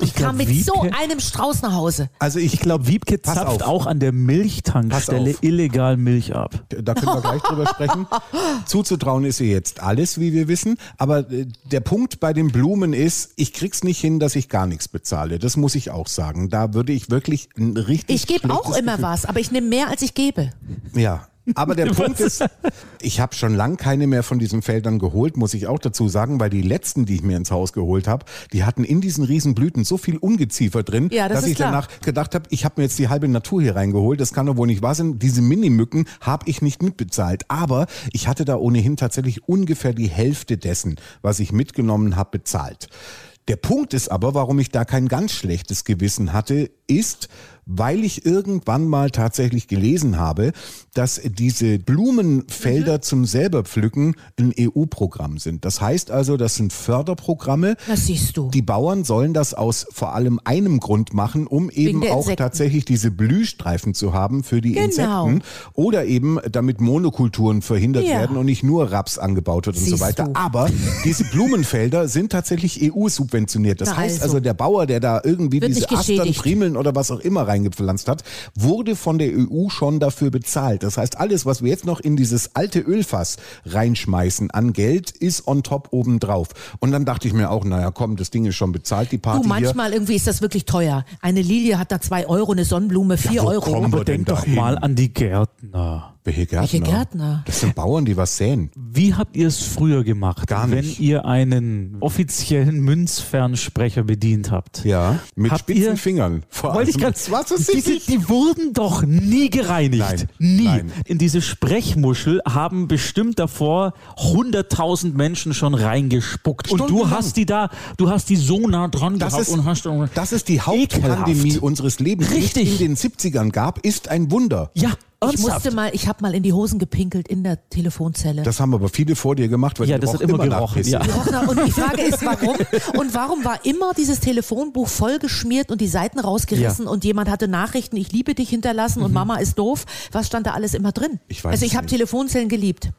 Ich
glaub,
kam mit
Wiebke-
so einem Strauß nach Hause.
also ich,
Ich glaube, Wiebke
Pass
zapft
auf.
auch an der Milchtankstelle
Pass auf.
illegal Milch ab.
da können wir gleich drüber sprechen. Zuzutrauen ist ihr jetzt alles, wie wir wissen. Aber äh, der Punkt bei den Blumen ist, ich krieg's nicht hin, dass ich gar nichts bezahle. Das muss ich auch sagen. Da würde ich wirklich ein richtig.
Ich gebe auch
schlechtes
immer
Gefühl-
was, aber ich nehme mehr, als ich gebe.
Ja. Aber der Punkt ist, ich habe schon lang keine mehr von diesen Feldern geholt, muss ich auch dazu sagen, weil die letzten, die ich mir ins Haus geholt habe, die hatten in diesen Riesenblüten so viel Ungeziefer drin,
Ja, das
dass
ist
ich
klar.
danach gedacht habe, ich habe mir jetzt die halbe Natur hier reingeholt, das kann doch wohl nicht wahr sein. Diese Minimücken habe ich nicht mitbezahlt, aber ich hatte da ohnehin tatsächlich ungefähr die Hälfte dessen, was ich mitgenommen habe, bezahlt. Der Punkt ist aber, warum ich da kein ganz schlechtes Gewissen hatte, ist, weil ich irgendwann mal tatsächlich gelesen habe, dass diese Blumenfelder zum selberpflücken ein EU-Programm sind. Das heißt also, das sind Förderprogramme.
Das siehst du.
Die Bauern sollen das aus vor allem einem Grund machen, um eben
der
auch
Insekten.
tatsächlich diese Blühstreifen zu haben für die
Genau.
Insekten oder eben damit Monokulturen verhindert
Ja.
werden und nicht nur Raps angebaut wird und so
Siehst
weiter.
du.
Aber diese Blumenfelder sind tatsächlich EU-subventioniert. Das
Na
heißt also,
also.
der Bauer, der da irgendwie
Wird
diese
nicht
Astern,
geschädigt.
Primeln oder was auch immer reingepflanzt hat, wurde von der EU schon dafür bezahlt. Das heißt, alles, was wir jetzt noch in dieses alte Ölfass reinschmeißen an Geld, ist on top obendrauf. Und dann dachte ich mir auch, naja, komm, das Ding ist schon bezahlt, die Party
Du,
hier.
manchmal irgendwie ist das wirklich teuer. Eine Lilie hat da zwei Euro, eine Sonnenblume vier
wo
Euro.
kommen
Aber
wir denn
denk doch
dahin?
mal an die Gärtner.
Welche Gärtner?
Welche Gärtner?
Das sind Bauern, die was säen.
Wie habt ihr es früher gemacht,
Gar nicht.
wenn ihr einen offiziellen Münzfernsprecher bedient habt?
Ja, mit
Habt
spitzen
ihr-
Fingern. Vor
Wollte ich
allem.
gerade.
also Was ist
Diese, die wurden doch nie gereinigt.
Nein,
Nie.
nein.
In diese Sprechmuschel haben bestimmt davor 100.000 Menschen schon reingespuckt. Und du
Stundenlang.
hast die da, du hast die so nah dran
Das
gehabt
ist,
und hast.
das ist die Hauptpandemie
Ekelhaft.
unseres Lebens, die es
Richtig.
in den 70ern gab, ist ein Wunder.
Ja,
Ich musste
ernsthaft.
mal, ich habe mal in die Hosen gepinkelt in der Telefonzelle.
Das haben aber viele vor dir gemacht, weil
Ja,
die roch
das hat immer
nach
gerochen.
Pisse.
Ja.
Trockner. Und die Frage ist, warum? Und warum war immer dieses Telefonbuch vollgeschmiert und die Seiten rausgerissen
Ja.
und jemand hatte Nachrichten, ich liebe dich hinterlassen und Mama ist doof? Was stand da alles immer drin?
Mhm. Ich weiß
also
es
ich habe
nicht.
Telefonzellen geliebt.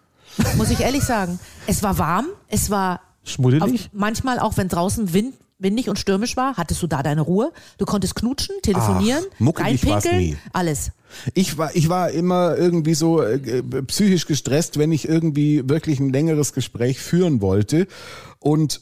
Muss ich ehrlich sagen. Es war warm, es war
Schmuddelig?
auf, manchmal auch, wenn draußen Wind windig und stürmisch war, hattest du da deine Ruhe. Du konntest knutschen, telefonieren,
Ach, muckelig war's nie.
reinpinkeln, alles.
Ich war, ich war immer irgendwie so äh, äh, psychisch gestresst, wenn ich irgendwie wirklich ein längeres Gespräch führen wollte. Und,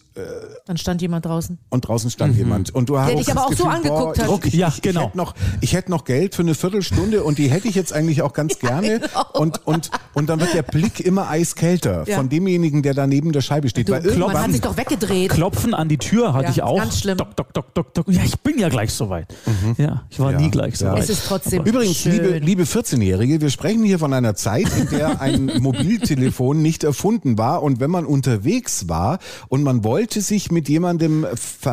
Dann stand jemand draußen.
und draußen stand jemand. Und du hast
Mhm. dich aber
das
auch so angeguckt
boah,
hat.
Druck, ich,
Ja,
ich,
genau.
ich hätte noch, ich hätte noch Geld für eine Viertelstunde und die hätte ich jetzt eigentlich auch ganz gerne. Und, und, und dann wird der Blick immer eiskälter
genau. Ja.
von demjenigen, der da neben der Scheibe steht.
Du,
Weil
man hat
irgendwann,
sich doch weggedreht.
Klopfen an die Tür hatte
Ja,
ich auch.
ganz schlimm.
Dok, dok, dok, dok, dok. Ja, ich bin ja gleich soweit. Ja, ich war
Mhm. Ja,
nie gleich
ja.
soweit.
Es ist trotzdem
Übrigens,
schön.
liebe, liebe 14-Jährige, wir sprechen hier von einer Zeit, in der ein Mobiltelefon nicht erfunden war. Und wenn man unterwegs war und man wollte sich mit jemandem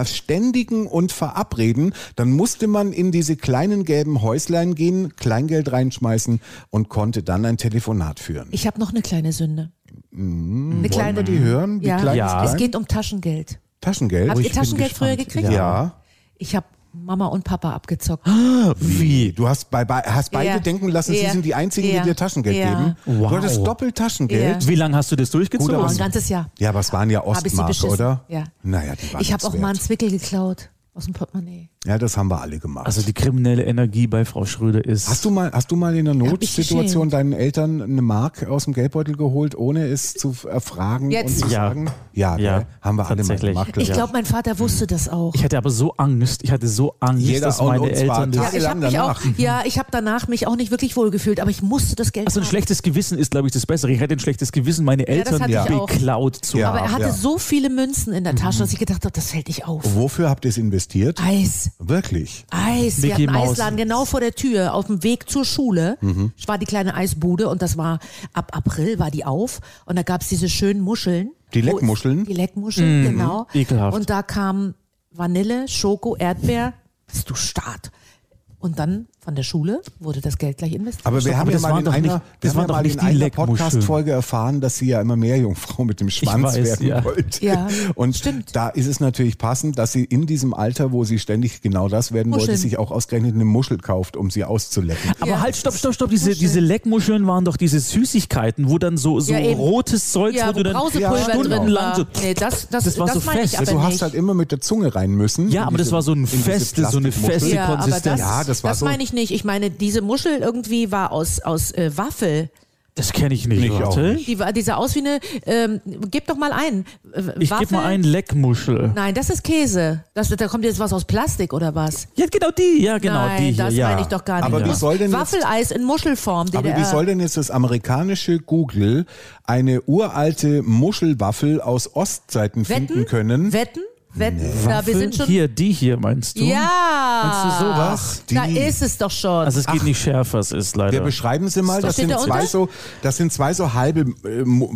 verständigen und verabreden, dann musste man in diese kleinen gelben Häuslein gehen, Kleingeld reinschmeißen und konnte dann ein Telefonat führen.
Ich habe noch eine kleine Sünde. eine kleine.
Mm, die Oh, hören? Wie
ja.
klein
Ja.
ist
Es
klein?
geht um Taschengeld.
Taschengeld?
Habt
ich
ihr
bin
Taschengeld früher
gespannt.
gekriegt?
ja. Oh,
Ich habe Mama und Papa abgezockt.
Wie? Du hast, bei, bei, hast beide
Ja.
denken lassen, sie
Ja.
sind die Einzigen,
Ja.
die dir Taschengeld
Ja.
geben.
Wow.
Du hattest doppelt Taschengeld.
Wie lange hast du das
Gut,
durchgezogen?
aber
Oh,
was-
ein ganzes Jahr.
Ja, aber es waren ja
Hab ich sie
Ostmark,
beschissen.
oder?
Ja.
Naja, die waren
Ich habe
nichts
auch mal einen
wert.
Zwickel geklaut aus dem Portemonnaie.
Ja, das haben wir alle gemacht.
also die kriminelle Energie bei Frau Schröder ist.
hast du mal, hast du mal in einer
Hab ich
Notsituation
geschämt.
deinen Eltern eine Mark aus dem Geldbeutel geholt, ohne es zu erfragen
Jetzt.
und zu
Ja.
sagen? Ja,
Ja,
gell? haben wir alle mal
tatsächlich.
gemacht.
Ich
ja.
glaube, mein Vater wusste das auch.
ich hatte aber so Angst, ich hatte so Angst,
Jeder
dass
und
meine
uns war
Eltern das
Tag-
ja, ich
Jahrelang
habe mich auch.
danach.
Ja, ich habe danach mich auch nicht wirklich wohlgefühlt, aber ich musste das Geld.
Also ein
haben.
schlechtes Gewissen ist, glaube ich, das Bessere. Ich hätte ein schlechtes Gewissen, meine
das
Eltern
hatte ich auch.
beklaut zu
Ja.
haben.
aber er hatte
ja. Mhm. Oh.
so viele Münzen in der Tasche, dass ich gedacht habe, das fällt nicht auf.
Wofür habt ihr es investiert?
Eis,
Wirklich?
Eis.
Mickey
Wir hatten
Mouse.
Eisladen genau vor der Tür, auf dem Weg zur Schule.
Mhm.
Ich war die kleine Eisbude und das war ab April war die auf und da gab's diese schönen Muscheln.
Die
Wo-
Leckmuscheln? Mhm.
Die Leckmuscheln, genau.
Ekelhaft.
Und da kam Vanille, Schoko, Erdbeer. Bist du Start. Und dann von der Schule wurde das Geld gleich investiert.
Aber wir
Stopp,
haben
aber
ja
das
mal
waren
in
doch
einer,
nicht-
wir
das
haben
waren
ja
doch
mal in
nicht die
einer
Leckmuscheln.
Podcast-Folge erfahren, dass sie ja immer mehr Jungfrau mit dem Schwanz
weiß,
werden
ja.
wollte.
Ja.
Und
Stimmt.
da ist es natürlich passend, dass sie in diesem Alter, wo sie ständig genau das werden wollte,
Muscheln.
sich auch ausgerechnet eine Muschel kauft, um sie auszulecken.
Aber halt, stopp, stopp, stopp. Diese, diese Leckmuscheln waren doch diese Süßigkeiten, wo dann so, so
Ja, eben.
rotes Zeug,
ja,
wo du dann
Brausepulver drin
stundenlang
war.
so.
Nee, das, das,
Das war so
meine
fest.
Ich aber
Du
nicht.
hast halt immer mit der Zunge rein müssen.
Ja,
In
aber das
diese-
war so ein
in diese
feste, so eine
Plastikmuschel.
feste
Ja, aber das,
Konsistenz.
Ja, das war so.
meine ich nicht. Ich meine, diese Muschel irgendwie war aus, aus äh, Waffel.
Das kenne ich nicht.
Mich auch
Warte.
nicht.
Die, war- die sah aus wie eine, ähm, gib doch mal ein. Äh,
Ich gebe
Waffel?
mal ein Leckmuschel.
Nein, das ist Käse. Das, da kommt jetzt was aus Plastik oder was?
Ja, genau die. Ja, genau
Nein,
die hier.
das
ja.
meine ich doch gar nicht.
Aber wie soll denn jetzt-
Waffeleis in Muschelform.
Aber wie
DDR.
soll denn jetzt das amerikanische Google eine uralte Muschelwaffel aus Ostzeiten finden
Wetten?
können?
Wetten? Wettner, wir sind schon.
Hier, die hier meinst du?
Ja.
Meinst du sowas?
Da
Die-
ist es doch schon.
Also es geht nicht schärfer, es ist leider.
Wir beschreiben sie
Was
mal. Das
Äh, steht
sind,
da
zwei
unter?
so, das sind zwei so halbe äh, Mu-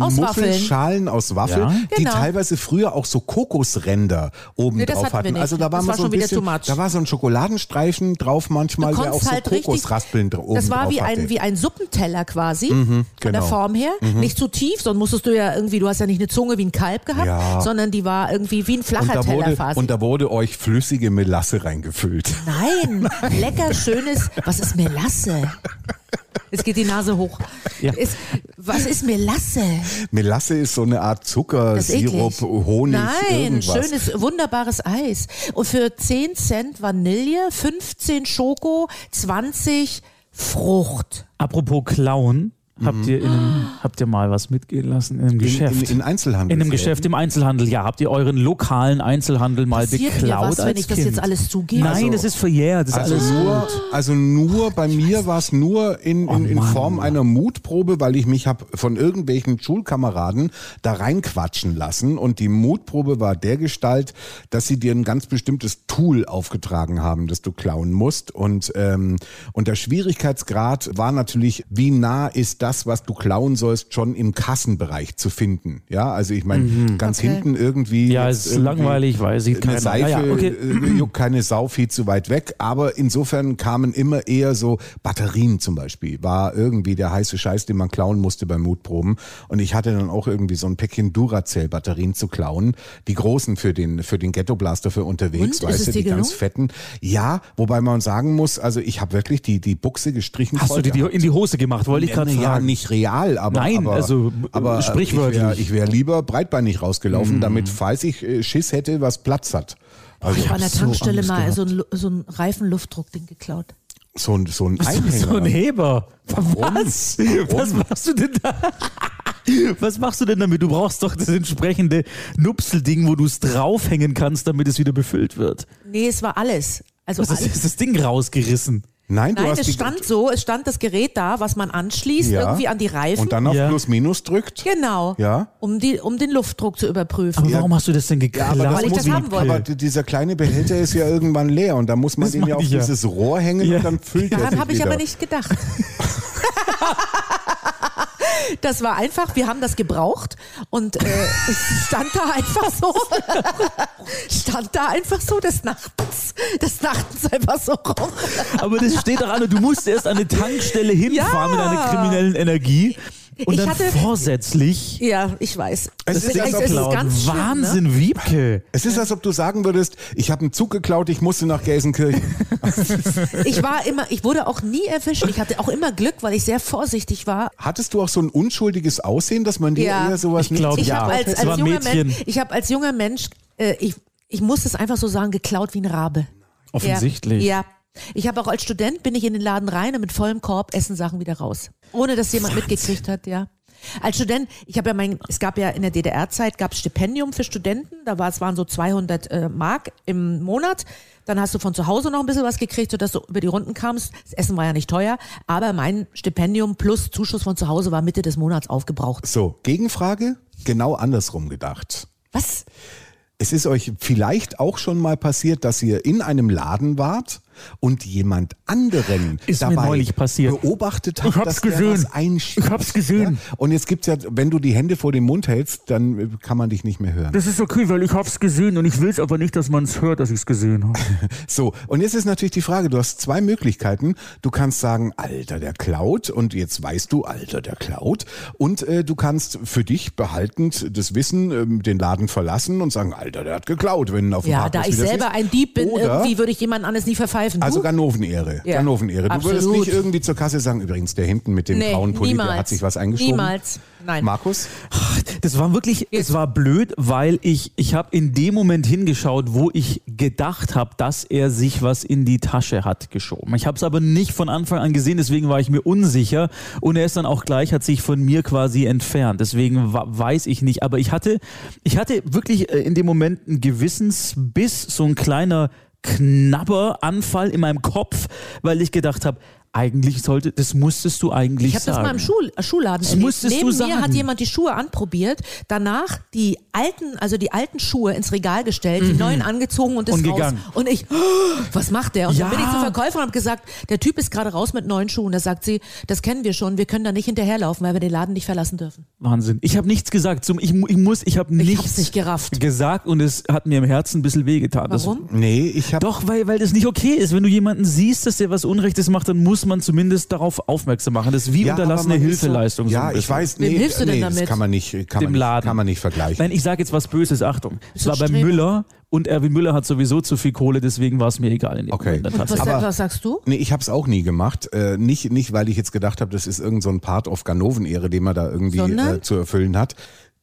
Aus Waffeln.
Muffelschalen aus Waffeln,
Ja.
die
Genau.
teilweise früher auch so Kokosränder oben
Nee, das
drauf
hatten wir
hatten.
nicht.
Also da war,
Das
mal
war
so ein
schon wieder
bisschen,
too much.
da war so ein Schokoladenstreifen drauf manchmal,
Du
der auch
konntest
so
halt richtig-
Kokosraspeln dr- oben
Das war
drauf
wie
hatte.
ein, wie ein Suppenteller quasi, von der
genau.
Form her. Nicht zu tief, sonst musstest du ja irgendwie, du hast ja nicht eine Zunge wie ein Kalb gehabt,
Ja.
sondern die war irgendwie wie ein
und,
flacher
da
Teller
wurde,
quasi.
und da wurde euch flüssige Melasse reingefüllt.
Nein, lecker, schönes, was ist Melasse? Jetzt geht die Nase hoch.
Ja.
Ist, was ist Melasse?
Melasse ist so eine Art Zucker,
Das ist eklig.
Sirup, Honig,
Nein,
irgendwas.
schönes, wunderbares Eis. Und für 10 Cent Vanille, 15 Schoko, 20 Frucht.
Apropos Klauen, habt ihr, in einem, habt ihr mal was mitgehen lassen in einem
Mhm. in,
Geschäft?
in, in Einzelhandel.
In einem Geschäft, im Einzelhandel, ja. Habt ihr euren lokalen Einzelhandel mal
Passiert mir
beklaut
was, wenn
als
ich das
kind?
jetzt alles zugebe? Also-
Nein, das ist verjährt. Das ist
Also
alles
nur, also nur bei mir war es nur in, in, in
Oh Mann.
Form einer Mutprobe, weil ich mich hab von irgendwelchen Schulkameraden da reinquatschen lassen. Und die Mutprobe war der Gestalt, dass sie dir ein ganz bestimmtes Tool aufgetragen haben, das du klauen musst. Und, ähm, und der Schwierigkeitsgrad war natürlich, wie nah ist das, was du klauen sollst, schon im Kassenbereich zu finden. Ja, also ich meine,
Mhm.
ganz
Okay.
hinten irgendwie.
Ja,
jetzt
ist
irgendwie-
langweilig, weiß ich
eine
keiner.
Seife
Ja, ja, okay.
äh, juckt keine Sau viel zu weit weg. Aber insofern kamen immer eher so Batterien zum Beispiel, war irgendwie der heiße Scheiß, den man klauen musste bei Mutproben. Und ich hatte dann auch irgendwie so ein Päckchen Duracell-Batterien zu klauen. Die großen für den, für den Ghetto-Blaster für unterwegs,
Und? Ist es
weißt du,
dir
die ganz
gelungen?
fetten. Ja, wobei man sagen muss, also ich habe wirklich die, die Buchse gestrichen.
Hast du
voll
dir die
gehabt.
in die Hose gemacht, wollte ich gerade
Ja, halt
fragen.
nicht real, aber.
Nein,
aber,
also,
aber äh,
sprichwörtlich. Mhm.
Ich wäre wär lieber breitbeinig rausgelaufen, damit, falls ich äh, Schiss hätte, was Platz hat. Also,
Ich habe an der
so
Tankstelle
Angst
mal
gehabt.
so ein, Lu- so ein Reifenluftdruckding geklaut.
so ein, so ein Einhänger.
So ein Heber.
Warum?
Was?
Warum?
Was machst du denn da? Was machst du denn damit? Du brauchst doch das entsprechende Nupselding, wo du es draufhängen kannst, damit es wieder befüllt wird.
Nee, es war alles. Also
Was ist,
alles.
ist das Ding rausgerissen?
Nein, du
Nein,
hast
es
die,
stand so, es stand das Gerät da, was man anschließt,
Ja.
irgendwie an die Reifen.
und dann auf
Ja.
Plus-Minus drückt.
genau.
Ja.
Um, die, um den Luftdruck zu überprüfen.
Aber warum hast du das denn geklaut?
aber das
Weil ich muss das man- haben wollte.
Aber d- dieser kleine Behälter ist ja irgendwann leer und da muss man
Das
den ja
meine
auf
ich ja.
dieses Rohr hängen
Ja.
und dann füllt er
Daran
sich
habe ich
wieder.
aber nicht gedacht. Das war einfach, wir haben das gebraucht und äh, es stand da einfach so, stand da einfach so des Nachtens, des Nachtens einfach so rum.
Aber das steht doch an, und du musst erst an eine Tankstelle hinfahren mit
Ja.
deiner kriminellen Energie und
Ich
dann
hatte-
vorsätzlich.
Ja, ich weiß.
Es ist das Applaus.
schlimm, ne?
Wahnsinn, Wiebke.
Es ist, als ob du sagen würdest, ich habe einen Zug geklaut, ich musste nach Gelsenkirchen.
Ich war immer, ich wurde auch nie erwischt. Ich hatte auch immer Glück, weil ich sehr vorsichtig war.
Hattest du auch so ein unschuldiges Aussehen, dass man dir
Ja.
eher sowas
Ich glaub,
Ich
Ja,
habe als,
es war
als,
ein
junger
Mädchen.
Mensch- ich hab als junger Mensch, äh, ich, ich muss es einfach so sagen, geklaut wie ein Rabe.
Offensichtlich.
Ja. ja. Ich habe auch als Student bin ich in den Laden rein und mit vollem Korb essen Sachen wieder raus. Ohne dass jemand mitgekriegt hat, ja. Als Student, ich habe ja mein, es gab ja in der DDR-Zeit, gab Stipendium für Studenten, da war es waren so 200 äh, Mark im Monat. Dann hast du von zu Hause noch ein bisschen was gekriegt, sodass du über die Runden kamst. Das Essen war ja nicht teuer, aber mein Stipendium plus Zuschuss von zu Hause war Mitte des Monats aufgebraucht.
So, Gegenfrage, genau andersrum gedacht.
Was?
Es ist euch vielleicht auch schon mal passiert, dass ihr in einem Laden wart und jemand anderen
Ist mir
dabei
neulich passiert.
beobachtet
Ich
hat,
hab's
dass der
gesehen.
was einschiebt.
Ich hab's gesehen.
Ja? Und jetzt gibt's ja, wenn du die Hände vor dem Mund hältst, dann äh, kann man dich nicht mehr hören.
Das ist okay, weil ich hab's gesehen und ich will's aber nicht, dass man es hört, dass ich's gesehen habe.
So, und jetzt ist natürlich die Frage, du hast zwei Möglichkeiten. Du kannst sagen, Alter, der klaut und jetzt weißt du, Alter, der klaut. Und äh, du kannst für dich behaltend das Wissen, ähm, den Laden verlassen und sagen, Alter, der hat geklaut, wenn auf dem
Ja, da
Parkplatz
ich
wieder
selber
ist.
ein Dieb bin, äh,
Oder-
irgendwie würde ich jemand anders nie verpfeifen.
Also
Du?
Ganovenehre.
Ja.
Ganovenehre. Du würdest
Absolut.
nicht irgendwie zur Kasse sagen, übrigens, der hinten mit dem
Nee,
grauen Pulli, der
niemals.
hat sich was eingeschoben.
Niemals. Nein.
Markus?
Das war wirklich, es war blöd, weil ich, ich habe in dem Moment hingeschaut, wo ich gedacht habe, dass er sich was in die Tasche hat geschoben. Ich habe es aber nicht von Anfang an gesehen, deswegen war ich mir unsicher und er ist dann auch gleich, hat sich von mir quasi entfernt. Deswegen wa- weiß ich nicht, aber ich hatte, ich hatte wirklich äh, in dem Moment einen Gewissensbiss, so ein kleiner Knabberanfall in meinem Kopf, weil ich gedacht habe, eigentlich sollte, das musstest du eigentlich
Ich habe das
sagen.
mal im Schul äh, Schuhladen
Das
erlebt.
musstest
Neben
du
mir
sagen.
hat jemand die Schuhe anprobiert, danach die alten, also die alten Schuhe ins Regal gestellt, die neuen angezogen und ist
Mhm. Und
raus.
gegangen.
Und ich, oh, was macht der? Und
Ja.
dann bin ich zum Verkäufer und habe gesagt, der Typ ist gerade raus mit neuen Schuhen. Da sagt sie, das kennen wir schon, wir können da nicht hinterherlaufen, weil wir den Laden nicht verlassen dürfen.
Wahnsinn. Ich habe nichts gesagt. Zum, ich, mu- ich muss, ich habe
Ich
nichts
hab's nicht gerafft.
gesagt und es hat mir im Herzen ein bisschen wehgetan. Das-
Warum?
Nee, ich habe
Doch, weil, weil das nicht okay ist. Wenn du jemanden siehst, dass der was Unrechtes macht, dann muss man zumindest darauf aufmerksam machen. Das ist wie
Ja,
unterlassene
aber man ist
Hilfeleistung.
So,
so
ja,
ein
ich
bisschen.
weiß,
Wem
nee,
hilfst du denn
nee,
damit?
Das kann man nicht, kann
Dem
man nicht,
Laden.
Kann man nicht vergleichen.
Nein, ich sage jetzt was Böses, Achtung. Es
ein
war bei
Streber.
Müller und Erwin Müller hat sowieso zu viel Kohle, deswegen war es mir egal. In dem
Okay.
Moment.
Was,
Aber-
was sagst du?
Nee, ich habe es auch nie gemacht. Äh, nicht, nicht, weil ich jetzt gedacht habe, das ist irgend so ein Part of Ganoven-Ehre, den man da irgendwie
Sondern?
äh, zu erfüllen hat.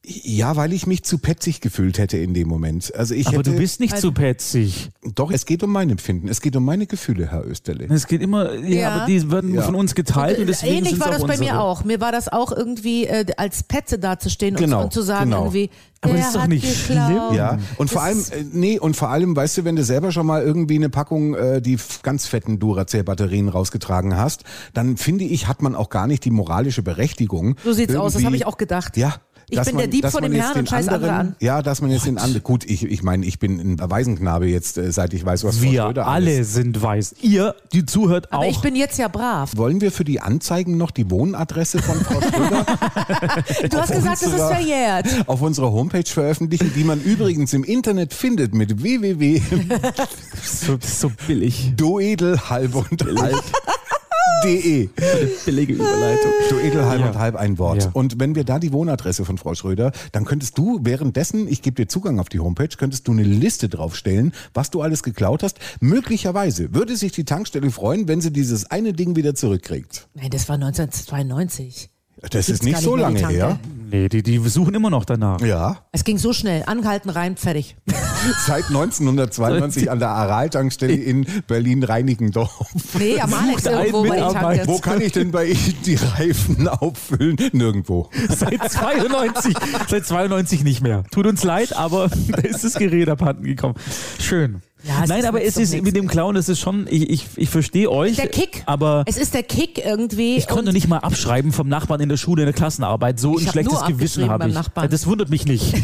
Ja, weil ich mich zu petzig gefühlt hätte in dem Moment. Also ich
Aber
hätte,
du bist nicht zu pätzig.
doch, es geht um mein Empfinden, es geht um meine Gefühle, Herr Österle.
Es geht immer, ja,
Ja.
aber die werden
Ja.
von uns geteilt und deswegen
Äh, Ähnlich
sind's
war das
auch
bei mir
unsere.
auch. Mir war das auch irgendwie äh, als Petze dazustehen
Genau,
und, und zu sagen
genau.
irgendwie,
Aber
der
das ist doch
hat
nicht
geklaut.
schlimm.
Ja, und vor allem, äh, nee, und vor allem, weißt du, wenn du selber schon mal irgendwie eine Packung äh, die f- ganz fetten Duracell-Batterien rausgetragen hast, dann finde ich, hat man auch gar nicht die moralische Berechtigung.
So sieht's aus, das
irgendwie-
habe ich auch gedacht.
Ja.
Ich
dass
bin der Dieb
dass
von dem
man jetzt
Herrn
den
und scheiß andere
anderen-
an.
Ja, dass man jetzt den anderen, gut, ich, ich meine, ich bin ein Waisenknabe jetzt, äh, seit ich weiß, was Frau
Wir
Schröder
alle
alles.
sind weiß. Ihr, die zuhört,
Aber
auch.
ich bin jetzt ja brav.
Wollen wir für die Anzeigen noch die Wohnadresse von Frau Schröder
Du hast gesagt, das ist
unserer-
verjährt.
auf unserer Homepage veröffentlichen, die man übrigens im Internet findet mit www.
so, so billig.
Doedel halb und halb. De.
Billige Überleitung.
Doedel halb
Ja.
und halb ein Wort.
Ja.
Und wenn wir da die Wohnadresse von Frau Schröder, dann könntest du währenddessen, ich gebe dir Zugang auf die Homepage, könntest du eine Liste draufstellen, was du alles geklaut hast. Möglicherweise würde sich die Tankstelle freuen, wenn sie dieses eine Ding wieder zurückkriegt.
Nein, das war 1992.
Das ist
Gibt's
nicht
gar
so
mehr, die
lange
Tanke.
her.
Nee, die, die suchen immer noch danach.
Ja,
Es ging so schnell. Anhalten, rein, fertig.
seit 1992 an der Aral-Tankstelle in Berlin-Reinickendorf.
Nee, am Alex
einen
irgendwo bei die
Mitarbeiter.
Wo
Tanke.
kann ich denn bei Ihnen die Reifen auffüllen? Nirgendwo.
Seit 92. seit 92 nicht mehr. Tut uns leid, aber da ist das Gerät abhanden gekommen. Schön.
Ja, es
Nein,
ist
aber
jetzt
es
doch
ist
nichts.
mit dem Clown, es ist schon, ich, ich, ich verstehe euch.
Der Kick.
Aber
es ist der Kick irgendwie.
ich konnte
und
nicht mal abschreiben vom Nachbarn in der Schule, in der Klassenarbeit. So
Ich
ein
hab
schlechtes
nur
Gewissen
abgeschrieben
habe
beim
ich.
Nachbarn.
Das wundert mich nicht.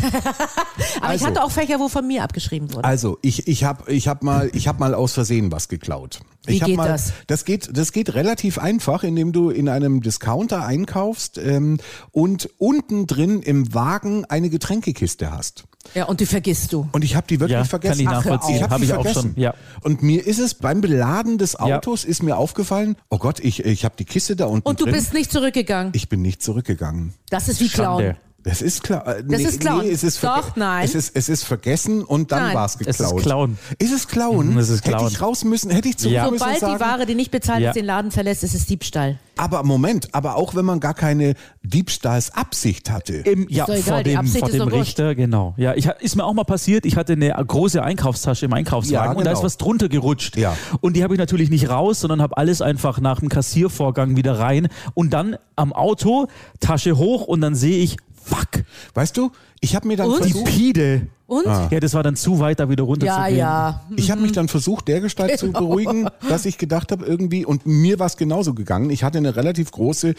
aber ich hatte auch Fächer, wo von mir abgeschrieben wurde.
Also, ich, ich habe ich hab mal, ich hab mal aus Versehen was geklaut.
Wie
ich hab
geht
mal,
das?
Das geht, das geht relativ einfach, indem du in einem Discounter einkaufst ähm, und unten drin im Wagen eine Getränkekiste hast.
Ja, und die vergisst du.
Und ich habe die wirklich
Ja,
vergessen.
kann ich
Ach, hör auf.
nachvollziehen.
Ich habe
Hab
die
ich auch
vergessen.
schon, ja.
Und mir ist es beim Beladen des
Ja.
Autos ist mir aufgefallen, oh Gott, ich, ich habe die Kiste da unten
Und du
drin.
bist nicht zurückgegangen.
ich bin nicht zurückgegangen.
Das ist wie Clown.
Schande.
Das ist klar. Das
ist Clown.
es ist verge-
Doch, nein.
Es ist, es ist vergessen und dann
Nein.
war es geklaut.
Es ist Clown.
Ist es Clown?
Mhm, es ist
Hätte
Clown.
ich raus müssen, hätte ich zurück
Ja.
müssen
Sobald
und sagen.
die Ware, die nicht bezahlt
Ja.
ist, den Laden verlässt, ist es Diebstahl.
aber Moment, aber auch wenn man gar keine Diebstahlsabsicht hatte.
Im, ja,
doch egal,
vor
die
dem,
Absicht
vor
ist
dem
doch wurscht.
Richter, genau. Ja, ich, ist mir auch mal passiert, ich hatte eine große Einkaufstasche im Einkaufswagen
Ja,
und da
genau.
ist was drunter gerutscht.
Ja.
Und die habe ich natürlich nicht raus, sondern habe alles einfach nach dem Kassiervorgang wieder rein und dann am Auto, Tasche hoch und dann sehe ich, fuck,
Weißt du, ich habe mir dann
Und?
die
versucht,
Pide.
Und?
Ja, das war dann zu weit, da wieder
Ja,
runterzugehen.
ja.
ich habe mich dann versucht, dergestalt
Genau.
zu beruhigen, dass ich gedacht habe irgendwie und mir war es genauso gegangen. Ich hatte eine relativ große,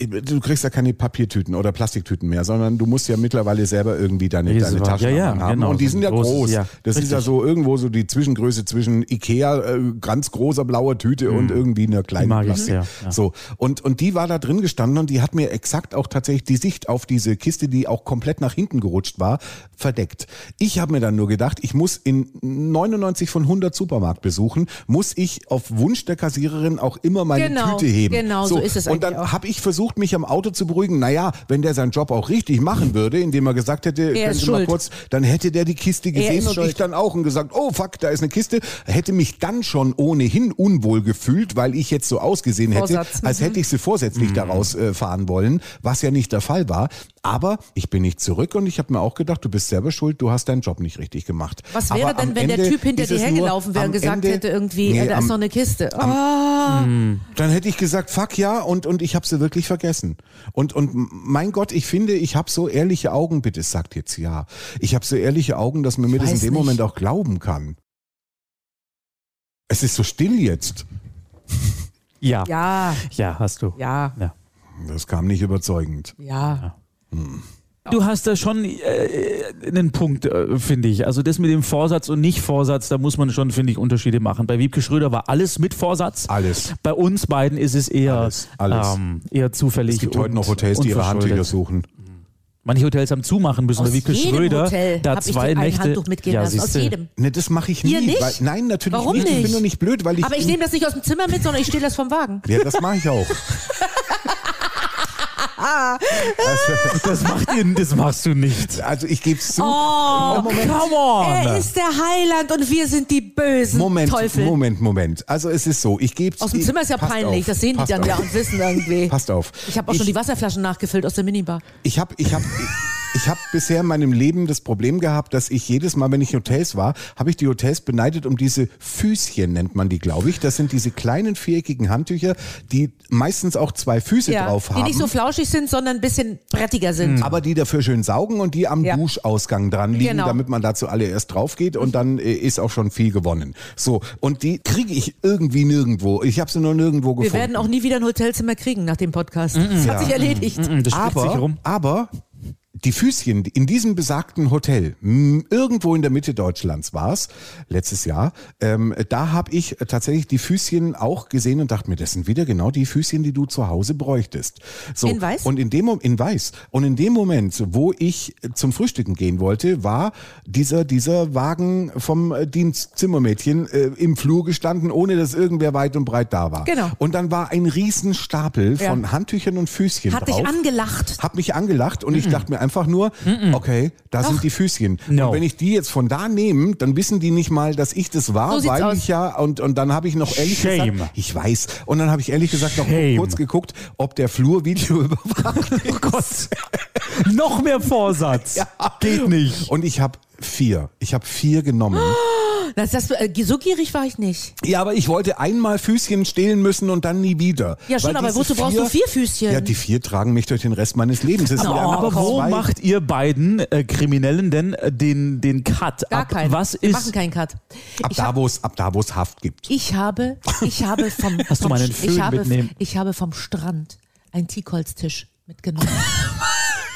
du kriegst ja keine Papiertüten oder Plastiktüten mehr, sondern du musst ja mittlerweile selber irgendwie deine,
Riesen-
deine Taschen
ja, ja,
haben
genau,
und die
so
sind
ein
ja
großes,
groß.
ja,
das ist
richtig.
ja so irgendwo so die Zwischengröße zwischen Ikea äh, ganz großer blauer Tüte und irgendwie einer kleinen
mag ich
Plastik.
sehr, Mhm. ja.
So und und die war da drin gestanden und die hat mir exakt auch tatsächlich die Sicht auf diese Kiste, die auch komplett nach hinten gerutscht war, verdeckt. Ich habe mir dann nur gedacht, ich muss in 99 von 100 Supermarktbesuchen muss ich auf Wunsch der Kassiererin auch immer meine
Genau,
Tüte heben.
genau, so ist es
Und dann
eigentlich auch.
habe ich versucht, mich am Auto zu beruhigen. Naja, wenn der seinen Job auch richtig machen würde, indem er gesagt hätte,
Er
können
ist
Sie mal
schuld.
kurz, dann hätte der die Kiste gesehen
ist
und ich
schuld.
dann auch und gesagt, oh fuck, da ist eine Kiste. Hätte mich dann schon ohnehin unwohl gefühlt, weil ich jetzt so ausgesehen hätte,
Vorsatz,
als hätte ich sie vorsätzlich daraus äh, fahren wollen, was ja nicht der Fall war. Aber ich bin nicht zurück und ich habe mir auch gedacht, du bist selber schuld, du hast deinen Job nicht richtig gemacht.
Was wäre
Aber am
denn, wenn der
Ende
Typ hinter
ist
dir
es nur-
hergelaufen wäre
am
und gesagt
Ende-
hätte irgendwie,
Nee,
äh, da
am- Hm.
ist noch eine Kiste. Oh,
dann hätte ich gesagt, fuck ja, und, und ich habe sie wirklich vergessen. Und, und mein Gott, ich finde, ich habe so ehrliche Augen, bitte sagt jetzt ja. Ich habe so ehrliche Augen, dass man mir das in
weiß
dem
nicht.
Moment auch glauben kann. Es ist so still jetzt.
Ja.
Ja,
Ja, hast du.
ja,
ja.
Das kam nicht überzeugend.
ja.
Du hast da schon äh, einen Punkt, äh, finde ich. Also das mit dem Vorsatz und Nicht-Vorsatz, da muss man schon, finde ich, Unterschiede machen. Bei Wiebke Schröder war alles mit Vorsatz.
Alles.
Bei uns beiden ist es eher,
Alles, alles.
Ähm, eher zufällig.
Es gibt
und,
heute noch Hotels, die ihre
unverschuldet.
Handtücher suchen.
Manche Hotels haben zumachen müssen.
Aus
Bei Wiebke
jedem
Schröder,
Hotel
da
hab ich dir
zwei
ein
Nächte.
Handtuch mitgehen lassen. Aus
siehste.
jedem.
Ne, das mache ich nie.
Ihr nicht?
Weil, nein, natürlich
Warum
nicht. Ich bin
nicht?
doch nicht blöd, weil ich.
Aber ich nehme das nicht aus dem Zimmer mit, sondern ich stehle das vom Wagen.
ja, das mache ich auch.
Das, macht ihr, das machst du nicht. Äh,
Also ich gebe es zu.
Oh,
Moment.
Come on!
Er ist der Heiland und wir sind die bösen
Moment,
Teufel.
Moment, Moment. Also es ist so, ich gebe
Aus dem Zimmer ist ja peinlich, das sehen die dann
auf.
ja und wissen irgendwie.
Passt auf.
Ich habe auch schon die Wasserflaschen nachgefüllt aus der Minibar.
Ich habe ich hab, ich hab bisher in meinem Leben das Problem gehabt, dass ich jedes Mal, wenn ich in Hotels war, habe ich die Hotels beneidet um diese Füßchen, nennt man die, glaube ich. Das sind diese kleinen viereckigen Handtücher, die meistens auch zwei Füße drauf haben. Hm.
die nicht so flauschig sind, sondern ein bisschen brettiger sind.
aber die dafür schön saugen und die am
Ja.
Duschausgang dran liegen,
Genau.
damit man dazu alle erst drauf geht und dann äh, ist auch schon viel gewonnen. So, und die kriege ich irgendwie nirgendwo. Ich habe sie nur nirgendwo
Wir
gefunden.
werden auch nie wieder ein Hotelzimmer kriegen nach dem Podcast. Das hat sich erledigt.
Das spricht sich
aber,
rum.
aber die Füßchen die in diesem besagten Hotel, m, irgendwo in der Mitte Deutschlands war's letztes Jahr, ähm, da habe ich tatsächlich die Füßchen auch gesehen und dachte mir, das sind wieder genau die Füßchen, die du zu Hause bräuchtest. So,
In weiß?
Und in dem, Mo- in weiß. Und in dem Moment, wo ich zum Frühstücken gehen wollte, war dieser, dieser Wagen vom äh, Dienstzimmermädchen äh, im Flur gestanden, ohne dass irgendwer weit und breit da war.
Genau.
Und dann war ein Riesenstapel
Ja.
von Handtüchern und Füßchen
Hat
drauf
dich angelacht.
hat mich angelacht und ich dachte mir einfach nur, okay, da sind die Füßchen.
No.
Und wenn ich die jetzt von da nehme, dann wissen die nicht mal, dass ich das war,
So sieht's
weil
aus.
ich ja und und dann habe ich noch ehrlich
Shame.
gesagt, ich weiß, und dann habe ich ehrlich gesagt noch
Shame.
kurz geguckt, ob der Flur Video überwacht.
Oh Gott. Noch mehr Vorsatz. Geht nicht.
Und ich habe vier, ich habe vier genommen.
Das, das, äh, so gierig war ich nicht.
Ja, aber ich wollte einmal Füßchen stehlen müssen und dann nie wieder.
Ja, schon,
Weil
aber
diese
wozu brauchst du vier Füßchen?
Ja, die vier tragen mich durch den Rest meines Lebens. Das sind
Genau.
Aber,
einfach
aber wo
zwei.
macht ihr beiden äh, Kriminellen denn äh, den, den Cut?
Gar
Ab
keinen.
was
Wir
ist
machen keinen Cut.
ab
Ich
da,
hab-
wo es ab da, wo es Haft gibt.
Ich habe, ich habe vom,
Hast du
vom
mal einen
Sch-
Föhn
ich habe,
mitnehmen?
Ich habe vom Strand einen Teakholztisch mitgenommen.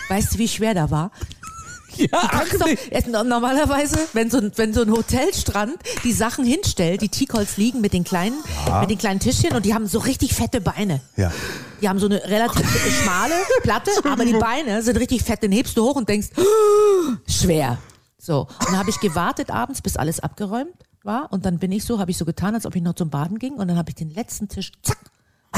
weißt du, wie schwer da war?
Ja,
Kannst doch, es- no- normalerweise, wenn so, ein, wenn so ein Hotelstrand die Sachen hinstellt, die Teakholz liegen mit den kleinen, mit den kleinen Tischchen und die haben so richtig fette Beine.
Ja.
Die haben so eine relativ schmale Platte, aber die Beine sind richtig fett. Den hebst du hoch und denkst, schwer. So, und dann habe ich gewartet abends, bis alles abgeräumt war. Und dann bin ich so, habe ich so getan, als ob ich noch zum Baden ging. Und dann habe ich den letzten Tisch, zack,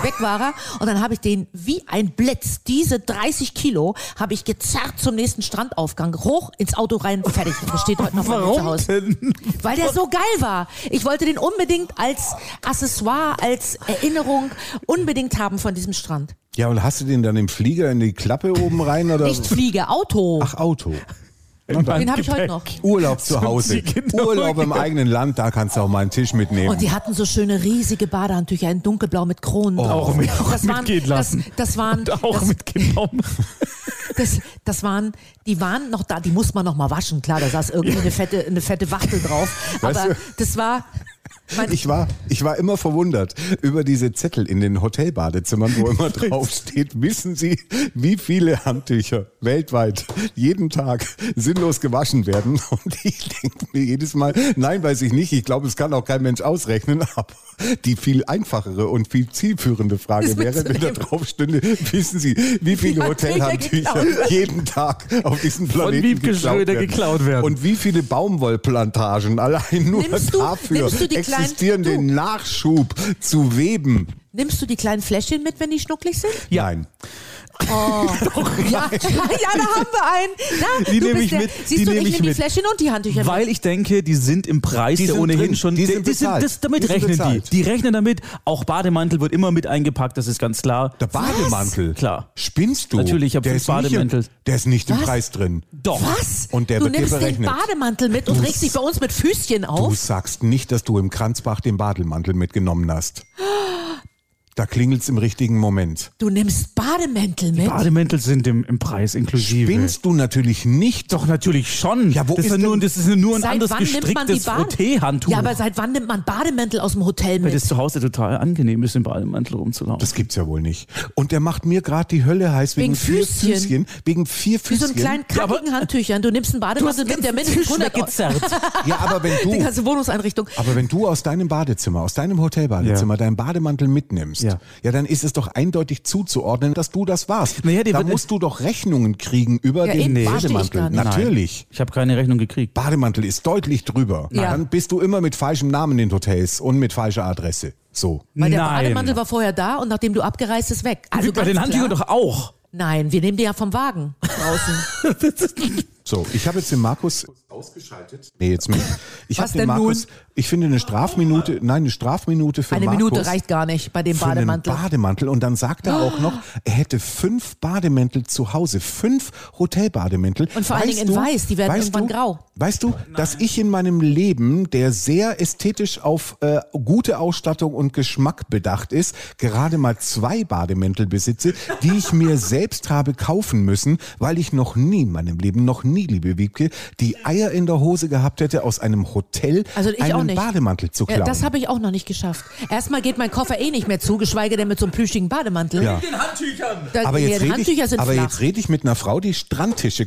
weg war er. Und dann habe ich den wie ein Blitz, diese 30 Kilo, habe ich gezerrt zum nächsten Strandaufgang, hoch ins Auto rein, fertig. Das steht heute noch bei mir zu
Warum
Hause.
denn?
Weil der so geil war. Ich wollte den unbedingt als Accessoire, als Erinnerung unbedingt haben von diesem Strand.
Ja, und hast du den dann im Flieger in die Klappe oben rein oder?
Nicht Fliege, Auto.
Ach, Auto.
den habe ich heute noch.
Urlaub zu Hause.
die genau-
Urlaub im eigenen Land, da kannst du auch mal einen Tisch mitnehmen.
Und Oh, die hatten so schöne riesige Badehandtücher in dunkelblau mit Kronen. drauf.
Auch Oh, mit- auch mitgehen lassen.
Das, das waren,
Und auch um. mitgenommen.
das, das waren, die waren noch da, die muss man noch mal waschen. Klar, da saß irgendwie eine fette, eine fette Wachtel drauf. Aber
Weißt du-
das war, mein,
ich war, ich war immer verwundert über diese Zettel in den Hotelbadezimmern, wo immer draufsteht, wissen Sie, wie viele Handtücher weltweit jeden Tag sinnlos gewaschen werden? Und ich denke mir jedes Mal, nein, weiß ich nicht. Ich glaube, es kann auch kein Mensch ausrechnen, aber die viel einfachere und viel zielführende Frage
Ist
wäre, wenn da
mitzunehmen.
drauf stünde, wissen Sie, wie viele
Handtücher geklaut
Hotelhandtücher
werden.
jeden Tag auf diesem Planeten
Wiebke
geklaut,
Schröder
werden.
geklaut werden.
Und wie viele Baumwollplantagen allein nur
Nimmst du-
dafür
nimmst du die kleinen-
existieren den Nachschub zu weben.
nimmst du die kleinen Fläschchen mit, wenn die schnucklig sind?
Ja.
Nein.
Ja, ja, da haben wir einen. Na,
Die
du
nehme
bist
ich
der,
mit,
Siehst
die
du,
nehme
ich
ich
nehme die
mit.
Fläschchen und die Handtücher mit.
Weil ich denke, die sind im Preis,
Die
der
sind
ohnehin
drin.
schon.
Die sind
die sind,
bezahlt.
das, damit
Die sind
rechnen die.
bezahlt.
Die rechnen damit. Auch Bademantel wird immer mit eingepackt, das ist ganz klar.
Der Bademantel.
Klar.
Spinnst du?
Natürlich, ich hab
der
fünf
ist nicht im-
Bademantel.
Der ist nicht im
Was?
Preis drin.
Doch.
Was?
Und der
du
wird dir
nimmst den
berechnet.
Bademantel mit und regst dich bei uns mit Füßchen
Du
auf?
sagst nicht, dass du im Kranzbach den Bademantel mitgenommen hast. Da klingelt es im richtigen Moment.
Du nimmst Bademäntel mit.
Bademäntel sind im, im Preis inklusive.
Spinnst du natürlich nicht.
Doch, natürlich schon.
Ja, wo
das,
ist
nur,
denn-
das ist nur ein
seit
anderes
wann nimmt man die
gestricktes
Bade-
Frotteehandtuch.
Ja, aber seit wann nimmt man Bademäntel aus dem Hotel
Weil
mit?
das zu Hause total angenehm ist, im Bademantel rumzulaufen.
Das gibt's ja wohl nicht. Und der macht mir gerade die Hölle heiß wegen,
Wegen
vier
Füßchen.
Füßchen. Wegen
Wie
vier Füßchen.
so einen kleinen kackigen Handtüchern. Du nimmst einen Bademantel mit, der mindestens 100 Euro.
ja, aber wenn
Die
du,
ganze also Wohnungseinrichtung.
aber wenn du aus deinem Badezimmer, aus deinem Hotelbadezimmer
Ja.
deinen Bademantel mitnimmst, ja.
Ja.
dann ist es doch eindeutig zuzuordnen, dass du das warst.
Naja, die
da
wird-
musst du doch Rechnungen kriegen über
Ja,
den
eben, verstehe ich
Bademantel.
gar nicht.
Natürlich.
Ich habe keine Rechnung gekriegt.
Bademantel ist deutlich drüber.
Ja.
Dann bist du immer mit falschem Namen in Hotels und mit falscher Adresse. So.
Weil der
Nein.
Bademantel war vorher da und nachdem du abgereist ist weg. Also
Bei den
ganz klar.
Handtüchern doch auch.
Nein, wir nehmen die ja vom Wagen draußen.
So, ich habe jetzt den Markus ausgeschaltet. Nee, jetzt nicht. Ich
Was
habe den
denn
Markus, ich finde eine Strafminute, nein, eine Strafminute für
Eine
Markus.
Minute reicht gar nicht bei dem
für einen
Bademantel. Äh,
Bademantel. Und dann sagt er auch noch, er hätte fünf Bademäntel zu Hause. Fünf Hotelbademäntel.
Und vor allen Dingen in weiß, die werden
weißt
irgendwann
du,
grau.
Weißt du, dass ich in meinem Leben, der sehr ästhetisch auf äh, gute Ausstattung und Geschmack bedacht ist, gerade mal zwei Bademäntel besitze, die ich mir selbst habe kaufen müssen, weil ich noch nie in meinem Leben, noch nie, liebe Wiebke, die Eier in der Hose gehabt hätte, aus einem Hotel
Also ich
einen
auch nicht.
Bademantel zu klauen.
Ja, das habe ich auch noch nicht geschafft. Erstmal geht mein Koffer eh nicht mehr zu, geschweige denn mit so einem plüschigen Bademantel.
Ja.
den Handtüchern.
Da,
aber
die
jetzt rede
Äh, Handtücher
ich,
sind
aber
flach.
jetzt rede ich mit einer Frau, die Strandtische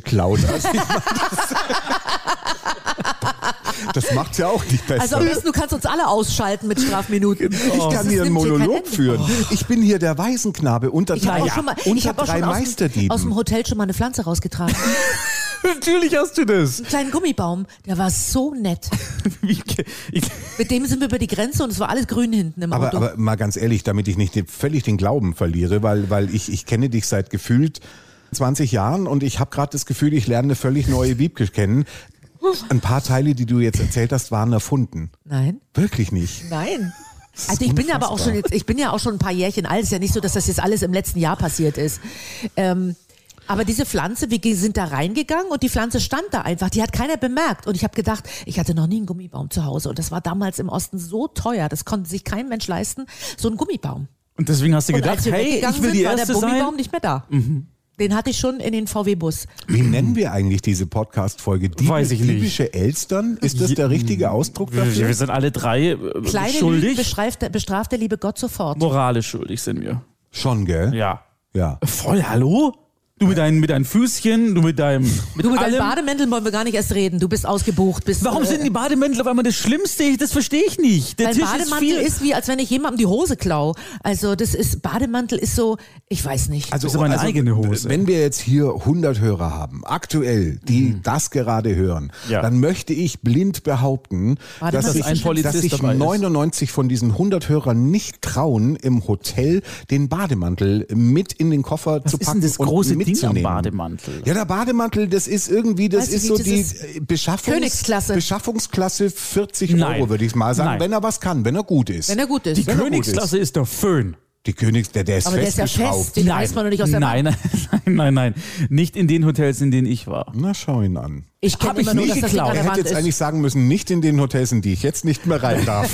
klaut. Also ich meine, das das macht's ja auch nicht besser. Genau.
also am besten, du kannst uns alle ausschalten mit Strafminuten.
ich kann hier einen Monolog führen. Ich bin hier der Waisenknabe unter
Ich habe
drei,
auch schon mal, ich
unter
hab auch
drei
schon aus, dem, aus dem
Meisterdieben.
Hotel schon mal eine Pflanze rausgetragen.
Natürlich hast du das.
Einen kleinen Gummibaum, der war so nett.
Wie- ich-
Mit dem sind wir über die Grenze und es war alles grün hinten im
Aber,
Auto.
aber mal ganz ehrlich, damit ich nicht den- völlig den Glauben verliere, weil, weil ich, ich kenne dich seit gefühlt 20 Jahren und ich habe gerade das Gefühl, ich lerne eine völlig neue Wiebke kennen. Ein paar Teile, die du jetzt erzählt hast, waren erfunden.
Nein,
Wirklich nicht.
nein.
ist
Also ich bin ja aber auch
unfassbar.
schon jetzt, ich bin ja auch schon ein paar Jährchen alt. Ist ja nicht so, dass das jetzt alles im letzten Jahr passiert ist. Ähm, aber diese Pflanze, wir ge- sind da reingegangen und die Pflanze stand da einfach. Die hat keiner bemerkt. Und ich habe gedacht, ich hatte noch nie einen Gummibaum zu Hause. Und das war damals im Osten so teuer. Das konnte sich kein Mensch leisten. So ein Gummibaum.
Und deswegen hast du
Und
gedacht,
als wir
hey,
weggegangen
ich will
sind,
die
war
Erste
der Gummibaum
sein. Mhm.
nicht mehr da. Den hatte ich schon in den VW-Bus.
Wie nennen wir eigentlich diese Podcast-Folge? Diebe-
Weiß ich nicht.
Diebische Elstern? Ist das der richtige Ausdruck
Wir,
dafür?
wir sind alle drei äh,
Kleine Lügen
schuldig.
bestraft, der- bestraft der liebe Gott sofort.
Moralisch schuldig sind wir.
Schon, gell?
Ja.
Ja.
Voll, hallo? Du mit deinen, mit deinen Füßchen, du mit deinem. Mit
Du mit deinen
allem.
Bademänteln wollen wir gar nicht erst reden. Du bist ausgebucht. Bist,
Warum
äh,
sind die Bademäntel auf einmal das Schlimmste? Ich- Das verstehe ich nicht. Der
Weil
Tisch
Bademantel
ist viel.
ist, wie, als wenn ich jemandem die Hose klau. Also das ist, Bademantel ist so, ich weiß nicht.
Also,
Das ist aber eine eigene Hose.
Wenn wir jetzt hier 100 Hörer haben, aktuell, die das gerade hören,
Mhm. Ja.
dann möchte ich blind behaupten,
Warte mal,
dass
dass
sich,
ein
Polizist
dass sich
dabei ist.
99 von diesen 100 Hörern nicht trauen, im Hotel den Bademantel mit in den Koffer zu
ist denn
packen
das
und
große Ding am
mitzunehmen.
Bademantel?
Ja, der Bademantel, das ist irgendwie, das
Weiß ich
ist
nicht,
so
das
die
ist
äh, Beschaffungs
Königsklasse.
Beschaffungsklasse 40
Nein.
Euro, würde ich mal sagen,
Nein.
wenn er was kann, wenn er gut ist.
wenn er gut ist.
Die
Wenn er gut
Königsklasse ist der Föhn.
Die Königs, der, der ist
aber der ist ja
festgeschraubt.
fest, den reißt man doch nicht aus der Wand.
nein, nein, nein, nein, nein. Nicht in den Hotels, in denen ich war.
Na, schau ihn an.
Ich
Hab
kenne
ich
immer nur,
nie
dass das Ding
geklaut.
an
Aber
der
Er hätte
Wand
jetzt
ist.
eigentlich sagen müssen, nicht in den Hotels, in die ich jetzt nicht mehr rein darf.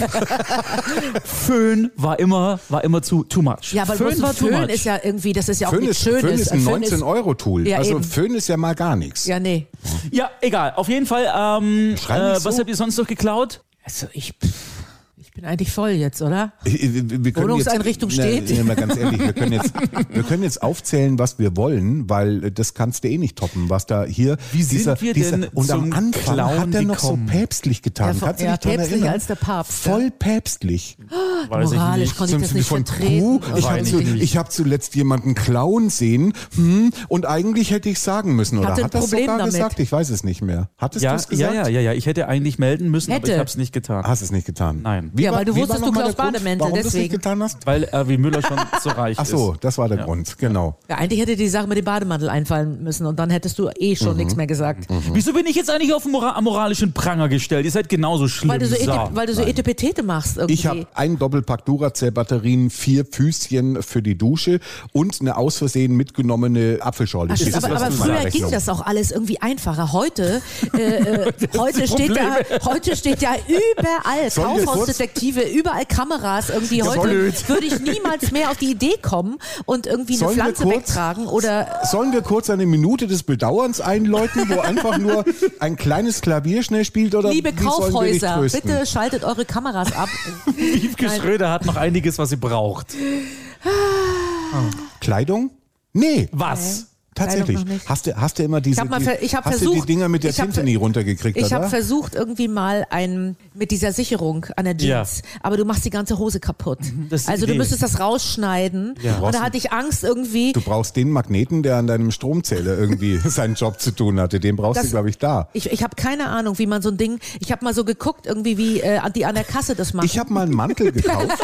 Föhn war immer, war immer zu too much.
ja, weil
Föhn
Föhn,
war too
Föhn
much.
ist ja irgendwie, das ist ja auch
Föhn
nichts
ist,
Schönes.
Föhn ist ein
Föhn ist-
19-Euro-Tool.
Ja,
also
eben.
Föhn ist ja mal gar nichts.
Ja, nee.
Ja, egal. Auf jeden Fall, ähm,
Schreib nicht
äh,
so.
was habt ihr sonst noch geklaut?
Also ich, pff, ich bin eigentlich voll jetzt, oder?
Ich- ich- wir- wir können
Wohnungseinrichtung
jetzt, Na,
steht.
Na, mal ganz ehrlich, wir können, jetzt, wir können jetzt aufzählen, was wir wollen, weil äh, das kannst du eh nicht toppen, was da hier
Wie sind wir denn
und am
zum
Anfang
Clown
hat er noch
gekommen?
so päpstlich getan.
Ja, von-
kannst du
ja,
dich dran
päpstlich
erinnern?
als der Papst, ja.
Voll päpstlich.
Weiß
Ah, Moralisch konnte ich das nicht
von
vertreten.
Puh, ich habe
Weiß
zu,
ich nicht.
ich hab zuletzt jemanden klauen sehen hm, und eigentlich hätte ich sagen müssen. Oder
Hatte ein
hat das
Problem
sogar
damit.
gesagt? Ich weiß es nicht mehr. Hattest
Ja,
du es
ja,
gesagt?
ja, ja, ja. Ich hätte eigentlich melden müssen, aber
Hätte.
ich hab's nicht getan.
Hast es nicht getan?
Nein.
Ja, weil du
war
wusstest, du
nochmal
klaust
der Grund,
Bademäntel,
Warum du es nicht
deswegen.
getan hast?
Weil Erwin Müller schon so reich
Ach so,
ist.
das war der Grund, genau.
Ja, eigentlich hätte die Sache mit dem Bademantel einfallen müssen und dann hättest du eh schon nichts mehr gesagt.
Wieso bin ich jetzt eigentlich auf den mora am moralischen Pranger gestellt? Ihr seid genauso schlimm.
Weil du so,
So.
Ete, weil du so Etepetete machst irgendwie.
Ich habe ein Doppelpack Duracell-Batterien, vier Füßchen für die Dusche und eine aus Versehen mitgenommene Apfelschorle.
Ach,
Steht
stimmt,
das
Ah, aber
auf
aber
meiner
früher ging
Rechnung.
das auch alles irgendwie einfacher. Heute, äh, äh, heute, steht da, heute steht ja überall
Sollen wir kurz-
Teleobjektive, überall Kameras irgendwie. Heute
Blöd.
würde ich niemals mehr auf die Idee kommen und irgendwie eine
Sollen wir
Pflanze
kurz-
wegtragen oder
Sollen wir kurz eine Minute des Bedauerns einläuten, wo einfach nur ein kleines Klavier schnell spielt oder
liebe
wie sollen wir dich
Kaufhäuser,
trösten?
bitte schaltet eure Kameras ab.
Wiebke Schröder hat noch einiges, was sie braucht.
Kleidung? Nee,
Was?
tatsächlich.
Kleidung noch nicht.
Hast du, hast du immer diese,
Ich hab mal
die-
ver- ich hab
hast du
versucht-
die Dinger mit der
ich hab
Tinte
ver-
nie runtergekriegt,
Ich habe
oder?
versucht irgendwie mal ein mit dieser Sicherung an der Jeans, aber du machst die ganze Hose kaputt.
das ist die
also du
Idee.
müsstest das rausschneiden
Ja.
und da hatte ich Angst irgendwie.
Du brauchst den Magneten, der an deinem Stromzähler irgendwie seinen Job zu tun hatte. Den brauchst du,
Das-
glaube ich, da.
Ich, ich habe keine Ahnung, wie man so ein Ding. Ich habe mal so geguckt irgendwie, wie äh, die an der Kasse das machen.
Ich habe mal einen Mantel gekauft.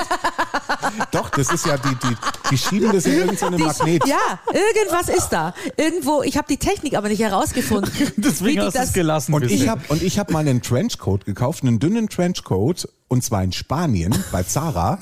Doch, das ist ja die, die, die schieben das in irgendeinen Magnet.
ja, irgendwas ist da. Irgendwo, ich habe die Technik aber nicht herausgefunden. wie
Deswegen
die
hast du es gelassen.
Und ich
bisher.
habe und ich habe mal einen Trenchcoat gekauft, einen dünnen Trenchcoat und zwar in Spanien bei Zara,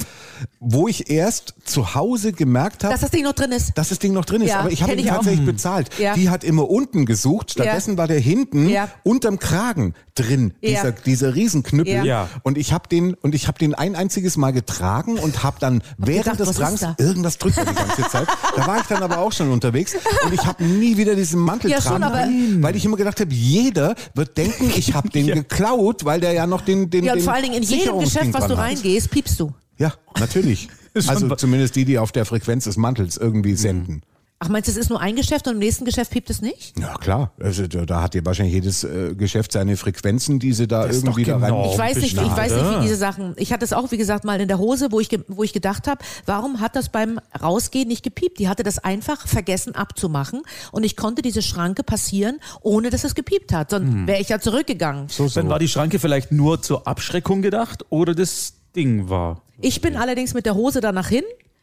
wo ich erst zu Hause gemerkt habe,
Dass das Ding noch drin ist.
dass das Ding noch drin ist,
Ja,
aber ich habe
kenn
ihn
ich auch.
Hm.
tatsächlich bezahlt.
Ja.
Die hat immer unten gesucht, stattdessen war der hinten
Ja.
unterm Kragen drin,
Ja.
dieser, dieser Riesenknüppel.
Ja.
Ja.
Und ich habe den, und ich habe den ein einziges Mal getragen und habe dann während
gedacht,
des
was
Drangs
ist da?
irgendwas drückt er die ganze Zeit. Da war ich dann aber auch schon unterwegs und ich habe nie wieder diesen Mantel
Ja, schon,
tragen
aber-
können, weil ich immer gedacht habe, jeder wird denken, ich habe den geklaut, weil der ja noch den, den,
Ja, und
den
vor allen Dingen in jedem
Sicherungsding
Geschäft, was
dran
du
hat.
reingehst, piepst du.
Ja, natürlich.
Ist schon
Also
wa-
zumindest die, die auf der Frequenz des Mantels irgendwie senden.
Ach, meinst du, es ist nur ein Geschäft und im nächsten Geschäft piept es nicht?
Ja, klar. Also, da da hat ja wahrscheinlich jedes äh, Geschäft seine Frequenzen, die sie da
Das ist
irgendwie
doch
da rein.
genau.
Ich weiß nicht, ich weiß nicht,
Schade.
wie diese Sachen. Ich hatte es auch, wie gesagt, mal in der Hose, wo ich, ge- wo ich gedacht habe, warum hat das beim Rausgehen nicht gepiept? Die hatte das einfach vergessen abzumachen und ich konnte diese Schranke passieren, ohne dass es gepiept hat. Sonst wäre ich ja zurückgegangen.
Dann war die Schranke vielleicht nur zur Abschreckung gedacht oder das Ding war.
Ich bin allerdings mit der Hose danach hin,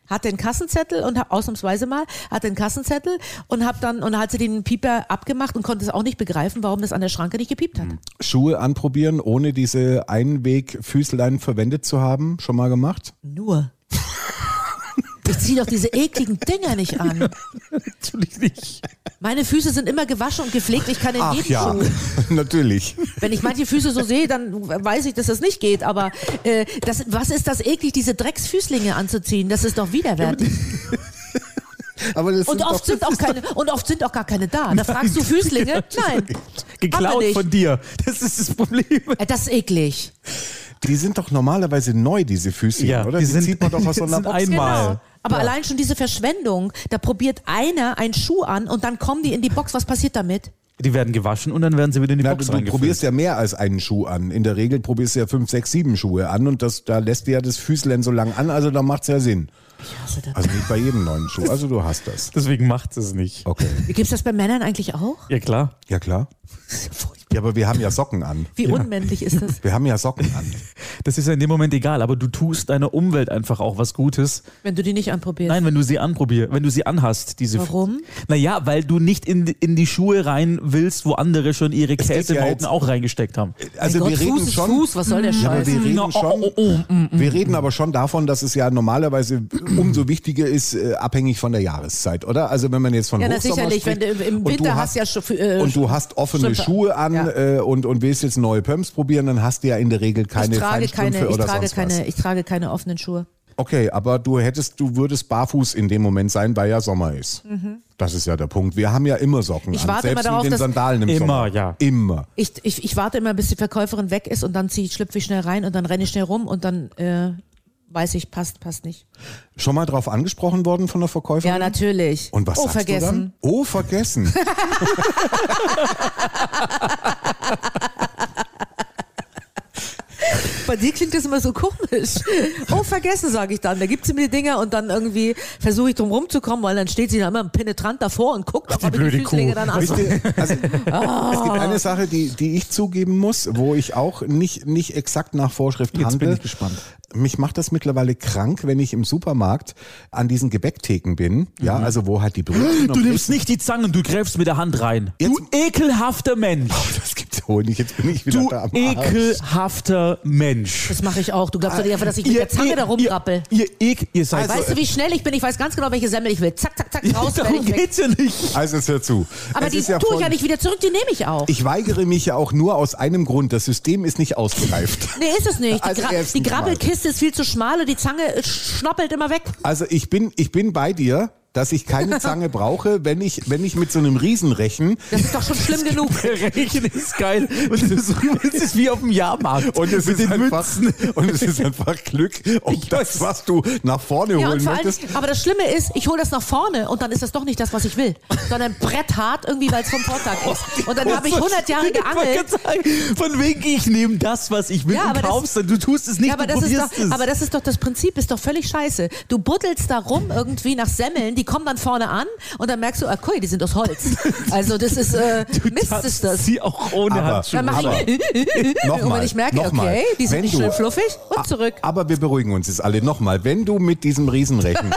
hatte den Kassenzettel und hab, ausnahmsweise mal hatte den Kassenzettel und hab dann und hat sie den Pieper abgemacht und konnte es auch nicht begreifen, warum das an der Schranke nicht gepiept hat.
Schuhe anprobieren, ohne diese Einwegfüßlein verwendet zu haben, schon mal gemacht?
Nur. Ich zieh doch diese ekligen Dinger nicht an.
Natürlich nicht.
Meine Füße sind immer gewaschen und gepflegt. Ich kann in
Ach
jedem
ja,
Schuh.
natürlich.
Wenn ich manche Füße so sehe, dann weiß ich, dass das nicht geht. Aber äh, das, was ist das eklig, diese Drecksfüßlinge anzuziehen? Das ist doch widerwärtig.
Aber das
Und
sind
oft
doch,
sind auch keine und oft sind auch gar keine da. Da fragst du Füßlinge? Nein.
Geklaut
nicht.
von dir. Das ist das Problem.
Äh, Das ist eklig.
die sind doch normalerweise neu, diese Füßchen,
Ja,
oder?
die
Die,
sind-
zieht man doch aus so
die
einer
sind
Box.
ein- Mal.
Genau. Aber allein schon diese Verschwendung, da probiert einer einen Schuh an und dann kommen die in die Box. Was passiert damit?
Die werden gewaschen und dann werden sie wieder in die
Na, du,
Box
du
reingefüllt.
probierst ja mehr als einen Schuh an. In der Regel probierst du ja fünf, sechs, sieben Schuhe an und das, da lässt du ja das Füßlein so lang an, also da macht's ja Sinn. Also nicht bei jedem neuen Schuh. Also du hast das.
Deswegen macht es nicht.
Okay.
Gibt es das bei Männern eigentlich auch?
Ja klar.
Ja klar. Ja, aber wir haben ja Socken an.
Wie unmännlich ist das,
Wir haben ja Socken an.
Das ist ja in dem Moment egal, aber du tust deiner Umwelt einfach auch was Gutes.
wenn du die nicht anprobierst?
Nein, wenn du sie anprobierst, wenn du sie anhast, diese.
Warum?
Naja, weil du nicht in, in die Schuhe rein willst, wo andere schon ihre
geht ja
Käsemauken
jetzt-
auch reingesteckt haben.
Also
Gott,
wir reden
Fuß ist
schon.
Fuß, was soll der
ja, aber
Scheiß?
wir reden
Na, oh,
schon.
oh, oh,
mm,
Wir reden aber schon davon, dass es ja normalerweise umso wichtiger ist, äh, abhängig von der Jahreszeit, oder? Also wenn man jetzt von
Ja, na,
Hochsommer
sicherlich,
spricht
wenn du im- im
und du
Winter hast ja schon für, äh,
und du hast offene
Strümpfe.
Schuhe an
Ja.
äh, und und willst jetzt neue Pumps probieren, dann hast du ja in der Regel keine
ich trage
Feinstrümpfe
keine, ich
oder
trage
sonst was.
keine, ich trage keine offenen Schuhe.
Okay, aber du hättest, du würdest barfuß in dem Moment sein, weil ja Sommer ist. Das ist ja der Punkt. Wir haben ja immer Socken
Mhm. Ich
an,
warte immer
selbst
darauf,
mit den
dass-
Sandalen im
Immer,
Sommer.
ja.
Immer.
Ich, ich, ich warte immer, bis die Verkäuferin weg ist und dann ziehe ich schlüpfe ich schnell rein und dann renne ich schnell rum und dann äh, weiß ich, passt, passt nicht.
Schon mal drauf angesprochen worden von der Verkäuferin?
Ja, natürlich.
Und was
oh,
sagst
vergessen.
du dann? Oh, vergessen.
Bei dir klingt das immer so komisch. Oh, vergessen, sage ich dann. Da gibt sie mir die Dinger und dann irgendwie versuche ich drum rumzukommen, weil dann steht sie da immer penetrant davor und guckt, ob ich die
blöde
Füßlinge
Kuh.
dann an.
Wisst ihr, also,
Ah.
Es gibt eine Sache, die, die ich zugeben muss, wo ich auch nicht, nicht exakt nach Vorschrift
Jetzt
handle.
bin ich gespannt.
mich macht das mittlerweile krank, wenn ich im Supermarkt an diesen Gebäcktheken bin. Ja,
Mhm.
also wo halt die Brötchen
Du nimmst nicht die Zangen, du gräbst mit der Hand rein. Du ekelhafter Mensch.
Oh, Das gibt's wohl nicht. Jetzt bin ich wieder
Du
da am Arsch.
ekelhafter Mensch.
Das mache ich auch. Du glaubst doch nicht einfach, dass ich mit der Zange da rumrappel.
Ihr, ihr, Ekel- ihr seid
weißt du, wie schnell ich bin? Ich weiß ganz genau, welche Semmel ich will. Zack, zack, zack, raus,
Darum
fertig, weg.
geht's Also, ja nicht.
Also es hört zu.
Aber
es
die
ist ja
tue ich
von-
ja nicht wieder zurück, die nehme ich auch.
Ich weigere mich ja auch nur aus einem Grund. Das System ist nicht ausgereift.
nee, ist es nicht. Die,
Also
Gra
erstens
die Grabbelkiste ist viel zu schmal und die Zange äh, schnoppelt immer weg.
Also ich bin, ich bin bei dir, dass ich keine Zange brauche, wenn ich, wenn ich mit so einem Riesenrechen
Das ist doch schon schlimm genug.
Regen ist geil. Und das ist wie auf dem Jahrmarkt.
und es,
mit
ist
den
einfach,
Mützen.
und es ist einfach Glück, ob das, was du nach vorne
Ja, und
holen
vor allem,
möchtest.
aber das Schlimme ist, ich hole das nach vorne und dann ist das doch nicht das, was ich will, sondern bretthart irgendwie, weil es vom Vortag
Oh,
ist. Und dann habe ich 100 Jahre
Ich wollte
geangelt.
gerade sagen, Von wegen, ich nehme das, was ich will
Ja,
und
aber das-
kauf's dann. Du tust es nicht,
Ja, aber
du
das, ist doch,
probierst es.
aber das ist doch das Prinzip, ist doch völlig scheiße. Du buddelst da rum irgendwie nach Semmeln, die kommen dann vorne an und dann merkst du, ah, cool, die sind aus Holz. Also das ist, äh, Mist
Tatst
ist das.
Sie auch ohne
Aber-
Dann
Handschuhe.
mache
Aber-
ich, und
Nochmal,
wenn ich merke,
nochmal.
okay, die sind
Wenn
nicht
du- Ah,
schön fluffig und zurück.
Aber wir beruhigen uns jetzt alle nochmal. Wenn du mit diesem Riesenrechen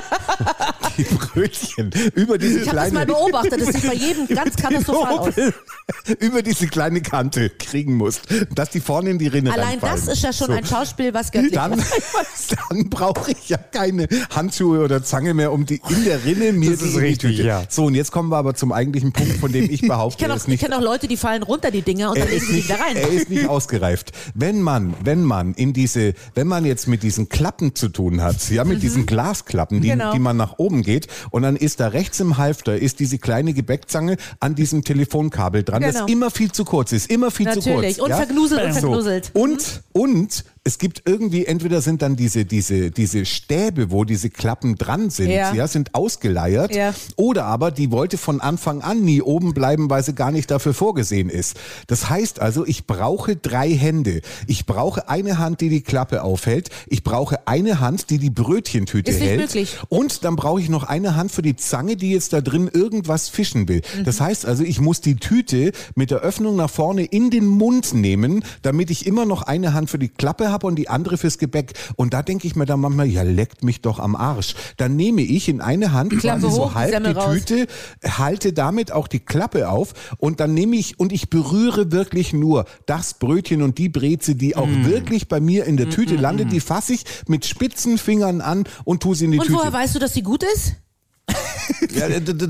die Brötchen über diese
Ich habe das mal
kleine
beobachtet, das sieht bei jedem ganz katastrophal aus.
über diese kleine Kante kriegen musst, dass die vorne in die Rinne
Allein
reinfallen.
das ist ja schon
So.
ein Schauspiel, was göttlich
dann, dann brauche ich ja keine Handschuhe oder Zange mehr, um die in der Rinne mir
Das
die
ist
in die
richtig,
Tüte.
ja.
So, und jetzt kommen wir aber zum eigentlichen Punkt, von dem
Ich
ich behaupte,
kenne
er
auch,
ist
ich
nicht
kenn auch Leute, die fallen runter, die Dinger, und dann
er
legen
ist,
sie die
nicht,
wieder rein.
er ist nicht ausgereift. Wenn man, wenn man in diese, wenn man jetzt mit diesen Klappen zu tun hat, ja, mit diesen Glasklappen, die,
Mhm. Genau.
die man nach oben geht, und dann ist da rechts im Halfter, ist diese kleine Gebäckzange an diesem Telefonkabel dran,
Genau.
das immer viel zu kurz ist, immer viel zu kurz.
Natürlich. Und
ja?
vergnuselt und
So.
vergnuselt.
Und, und es gibt irgendwie, entweder sind dann diese, diese, diese Stäbe, wo diese Klappen dran sind,
Ja.
ja, sind ausgeleiert.
Ja.
Oder aber die wollte von Anfang an nie oben bleiben, weil sie gar nicht dafür vorgesehen ist. Das heißt also, ich brauche drei Hände. Ich brauche eine Hand, die die Klappe aufhält. Ich brauche eine Hand, die die Brötchentüte
Ist nicht
hält.
möglich.
Und dann brauche ich noch eine Hand für die Zange, die jetzt da drin irgendwas fischen will. Das
Mhm.
heißt also, ich muss die Tüte mit der Öffnung nach vorne in den Mund nehmen, damit ich immer noch eine Hand für die Klappe habe und die andere fürs Gebäck. Und da denke ich mir dann manchmal, ja, leckt mich doch am Arsch. Dann nehme ich in eine Hand
Klappe
quasi
hoch,
so
die
halb
Semmel
die
raus.
Tüte, halte damit auch die Klappe auf und dann nehme ich und ich berühre wirklich nur das Brötchen und die Breze, die auch
Mm.
wirklich bei mir in der Tüte landet, die fasse ich mit spitzen Fingern an und tue sie in die
Und
Tüte.
woher weißt du, dass die gut ist?
Ja, d- d- d-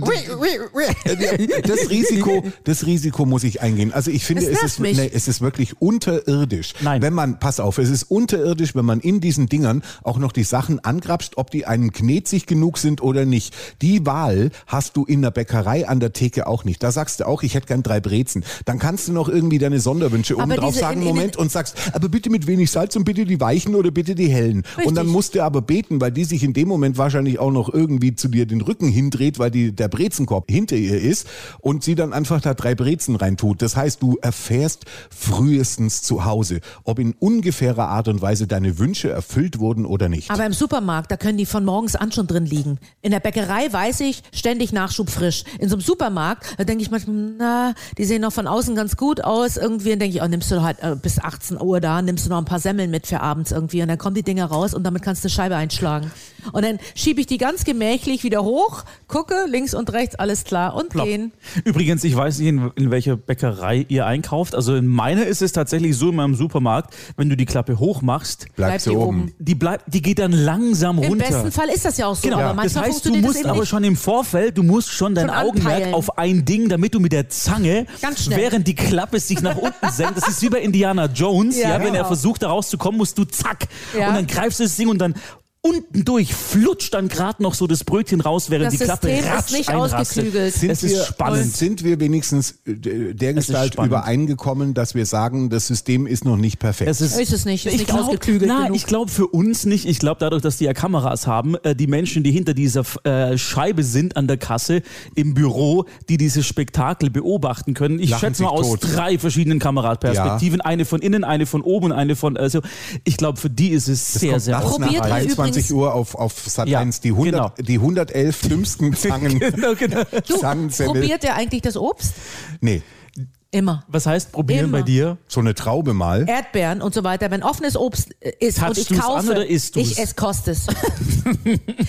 das Risiko, das Risiko muss ich eingehen. Also ich finde,
Das
es
nervt
ist,
mich.
nee, es ist wirklich unterirdisch.
Nein.
Wenn man, pass auf, es ist unterirdisch, wenn man in diesen Dingern auch noch die Sachen angrapscht, ob die einem knetzig genug sind oder nicht. Die Wahl hast du in der Bäckerei an der Theke auch nicht. Da sagst du auch, ich hätte gern drei Brezen. Dann kannst du noch irgendwie deine Sonderwünsche oben
Aber
drauf
diese
sagen,
in- in-
Moment, und sagst, aber bitte mit wenig Salz und bitte die weichen oder bitte die hellen. Und dann
Richtig.
musst du aber beten, weil die sich in dem Moment wahrscheinlich auch noch irgendwie zu dir den Rücken hindreht, weil die, der Brezenkorb hinter ihr ist und sie dann einfach da drei Brezen reintut. Das heißt, du erfährst frühestens zu Hause, ob in ungefährer Art und Weise deine Wünsche erfüllt wurden oder nicht.
Aber im Supermarkt, da können die von morgens an schon drin liegen. In der Bäckerei weiß ich, ständig Nachschub frisch. In so einem Supermarkt, da denke ich manchmal, na, die sehen noch von außen ganz gut aus. Irgendwie dann denke ich, oh, nimmst du halt äh, bis 18 Uhr da, nimmst du noch ein paar Semmeln mit für abends irgendwie. Und dann kommen die Dinger raus und damit kannst du eine Scheibe einschlagen. Und dann schiebe ich die ganz gemächlich wieder hoch, gucke links und rechts, alles klar und
Plopp.
gehen.
Übrigens, ich weiß nicht, in, in welcher Bäckerei ihr einkauft. Also in meiner ist es tatsächlich so in meinem Supermarkt, wenn du die Klappe hochmachst,
Bleibt die oben.
die bleibt, die geht dann langsam
Im
runter.
besten Fall ist das ja auch so.
Genau,
aber
das
manchmal
heißt, du
funktioniert das
musst
eben
aber
nicht.
schon im Vorfeld, du musst schon dein
Schon
Augenmerk
anpeilen.
auf ein Ding, damit du mit der Zange,
Ganz schnell.
während die Klappe sich nach unten senkt, das ist wie bei Indiana Jones, ja,
Ja,
wenn er
genau.
versucht, da rauszukommen, musst du zack.
Ja.
Und dann greifst du das Ding und dann unten durch flutscht dann gerade noch so das Brötchen raus, während
Das
die Klappe
System ist
ratsch
nicht
einrastet.
ausgeklügelt.
Es ist spannend.
Sind wir wenigstens äh, der
Es ist
Gestalt
spannend.
übereingekommen, dass wir sagen, das System ist noch nicht perfekt?
Es ist,
Ist es nicht, ist
ich
nicht
glaub-
ausgeklügelt
na,
genug.
Ich glaube für uns nicht. Ich glaube dadurch, dass die ja Kameras haben, äh, die Menschen, die hinter dieser äh, Scheibe sind an der Kasse im Büro, die dieses Spektakel beobachten können. Ich
Lachen
schätze mal
sich
aus
tot.
drei verschiedenen Kameraperspektiven. Eine von innen, eine von oben und eine von... Also ich glaube für die ist es sehr,
kommt
sehr...
nachts
Probiert ihr
nach 23
übrigens-
Uhr auf, auf Sat
Ja,
1 die, 100,
genau.
die 111 dümmsten Zangen.
Genau, genau.
Du,
Zangensemmeln.
probiert er eigentlich das Obst?
Nee.
Immer.
Was heißt probieren
Immer.
bei dir?
So eine Traube mal.
Erdbeeren und so weiter, wenn offenes Obst äh, ist
Touchst
und ich
du's an
kaufe,
oder isst du's?
ich es kostet.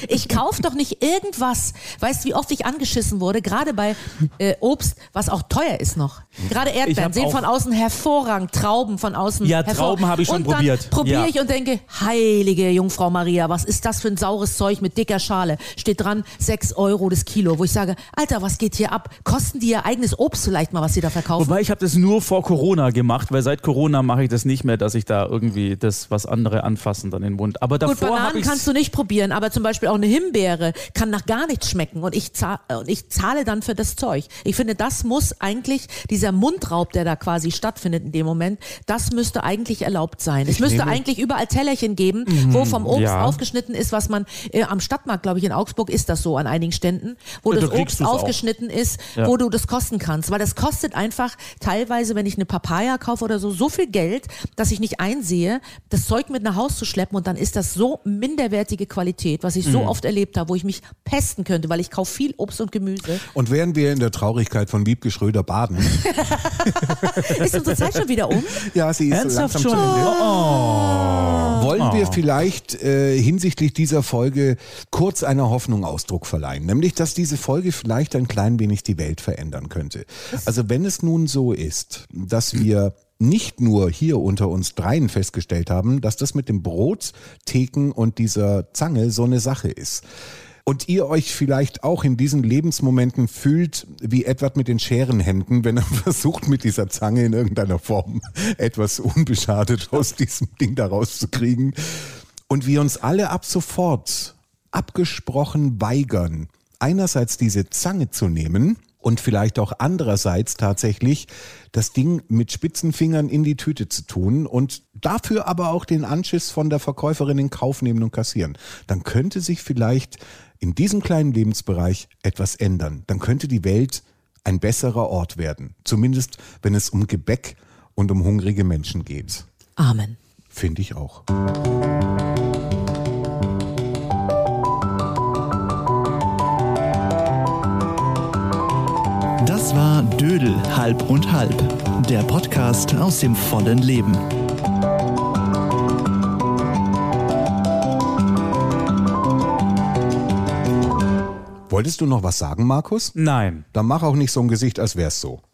ich kaufe doch nicht irgendwas. Weißt du, wie oft ich angeschissen wurde, gerade bei äh, Obst, was auch teuer ist noch. Gerade Erdbeeren
hab
sehen
auch-
von außen hervorragend, Trauben von außen.
Ja,
hervor-
Trauben habe ich schon
und dann
probiert.
Probiere
Ja.
ich und denke, heilige Jungfrau Maria, was ist das für ein saures Zeug mit dicker Schale? Steht dran, 6 Euro das Kilo, wo ich sage, Alter, was geht hier ab? Kosten die ihr eigenes Obst vielleicht mal, was sie da verkaufen?
Wobei ich habe das nur vor Corona gemacht, weil seit Corona mache ich das nicht mehr, dass ich da irgendwie das, was andere anfassen, dann in den Mund. Aber
Gut,
davor habe
Bananen
ich
kannst du nicht probieren, aber zum Beispiel auch eine Himbeere kann nach gar nichts schmecken und ich, zahl, äh, und ich zahle dann für das Zeug. Ich finde, das muss eigentlich, dieser Mundraub, der da quasi stattfindet in dem Moment, das müsste eigentlich erlaubt sein. Es müsste
nehme-
eigentlich überall Tellerchen geben, wo vom Obst
Mhm, ja.
aufgeschnitten ist, was man äh, am Stadtmarkt, glaube ich, in Augsburg ist das so an einigen Ständen, wo
Ja, da
das
kriegst
Obst
du's auch.
aufgeschnitten ist,
Ja.
wo du das kosten kannst. Weil das kostet einfach teilweise, wenn ich eine Papaya kaufe oder so, so viel Geld, dass ich nicht einsehe, das Zeug mit nach Haus zu schleppen und dann ist das so minderwertige Qualität, was ich so oft erlebt habe, wo ich mich pesten könnte, weil ich kaufe viel Obst und Gemüse.
Und während wir in der Traurigkeit von Wiebke Schröder baden.
Ist unsere Zeit schon wieder um?
ja, sie ist so
Ernsthaft
langsam
schon?
zu Ende. Wollen wir
Oh.
vielleicht äh, hinsichtlich dieser Folge kurz einer Hoffnung Ausdruck verleihen, nämlich dass diese Folge vielleicht ein klein wenig die Welt verändern könnte. Also wenn es nun so ist, dass wir nicht nur hier unter uns dreien festgestellt haben, dass das mit dem Brot, Theken und dieser Zange so eine Sache ist. Und ihr euch vielleicht auch in diesen Lebensmomenten fühlt wie Edward mit den Scherenhänden, wenn er versucht, mit dieser Zange in irgendeiner Form etwas unbeschadet aus diesem Ding da rauszukriegen. Und wir uns alle ab sofort abgesprochen weigern, einerseits diese Zange zu nehmen und vielleicht auch andererseits tatsächlich das Ding mit spitzen Fingern in die Tüte zu tun und dafür aber auch den Anschiss von der Verkäuferin in Kauf nehmen und kassieren, dann könnte sich vielleicht in diesem kleinen Lebensbereich etwas ändern. Dann könnte die Welt ein besserer Ort werden. Zumindest, wenn es um Gebäck und um hungrige Menschen geht.
Amen.
Finde ich auch.
Das war Dödel halb und halb, der Podcast aus dem vollen Leben.
Wolltest du noch was sagen, Markus?
Nein.
Dann mach auch nicht so ein Gesicht, als wär's so.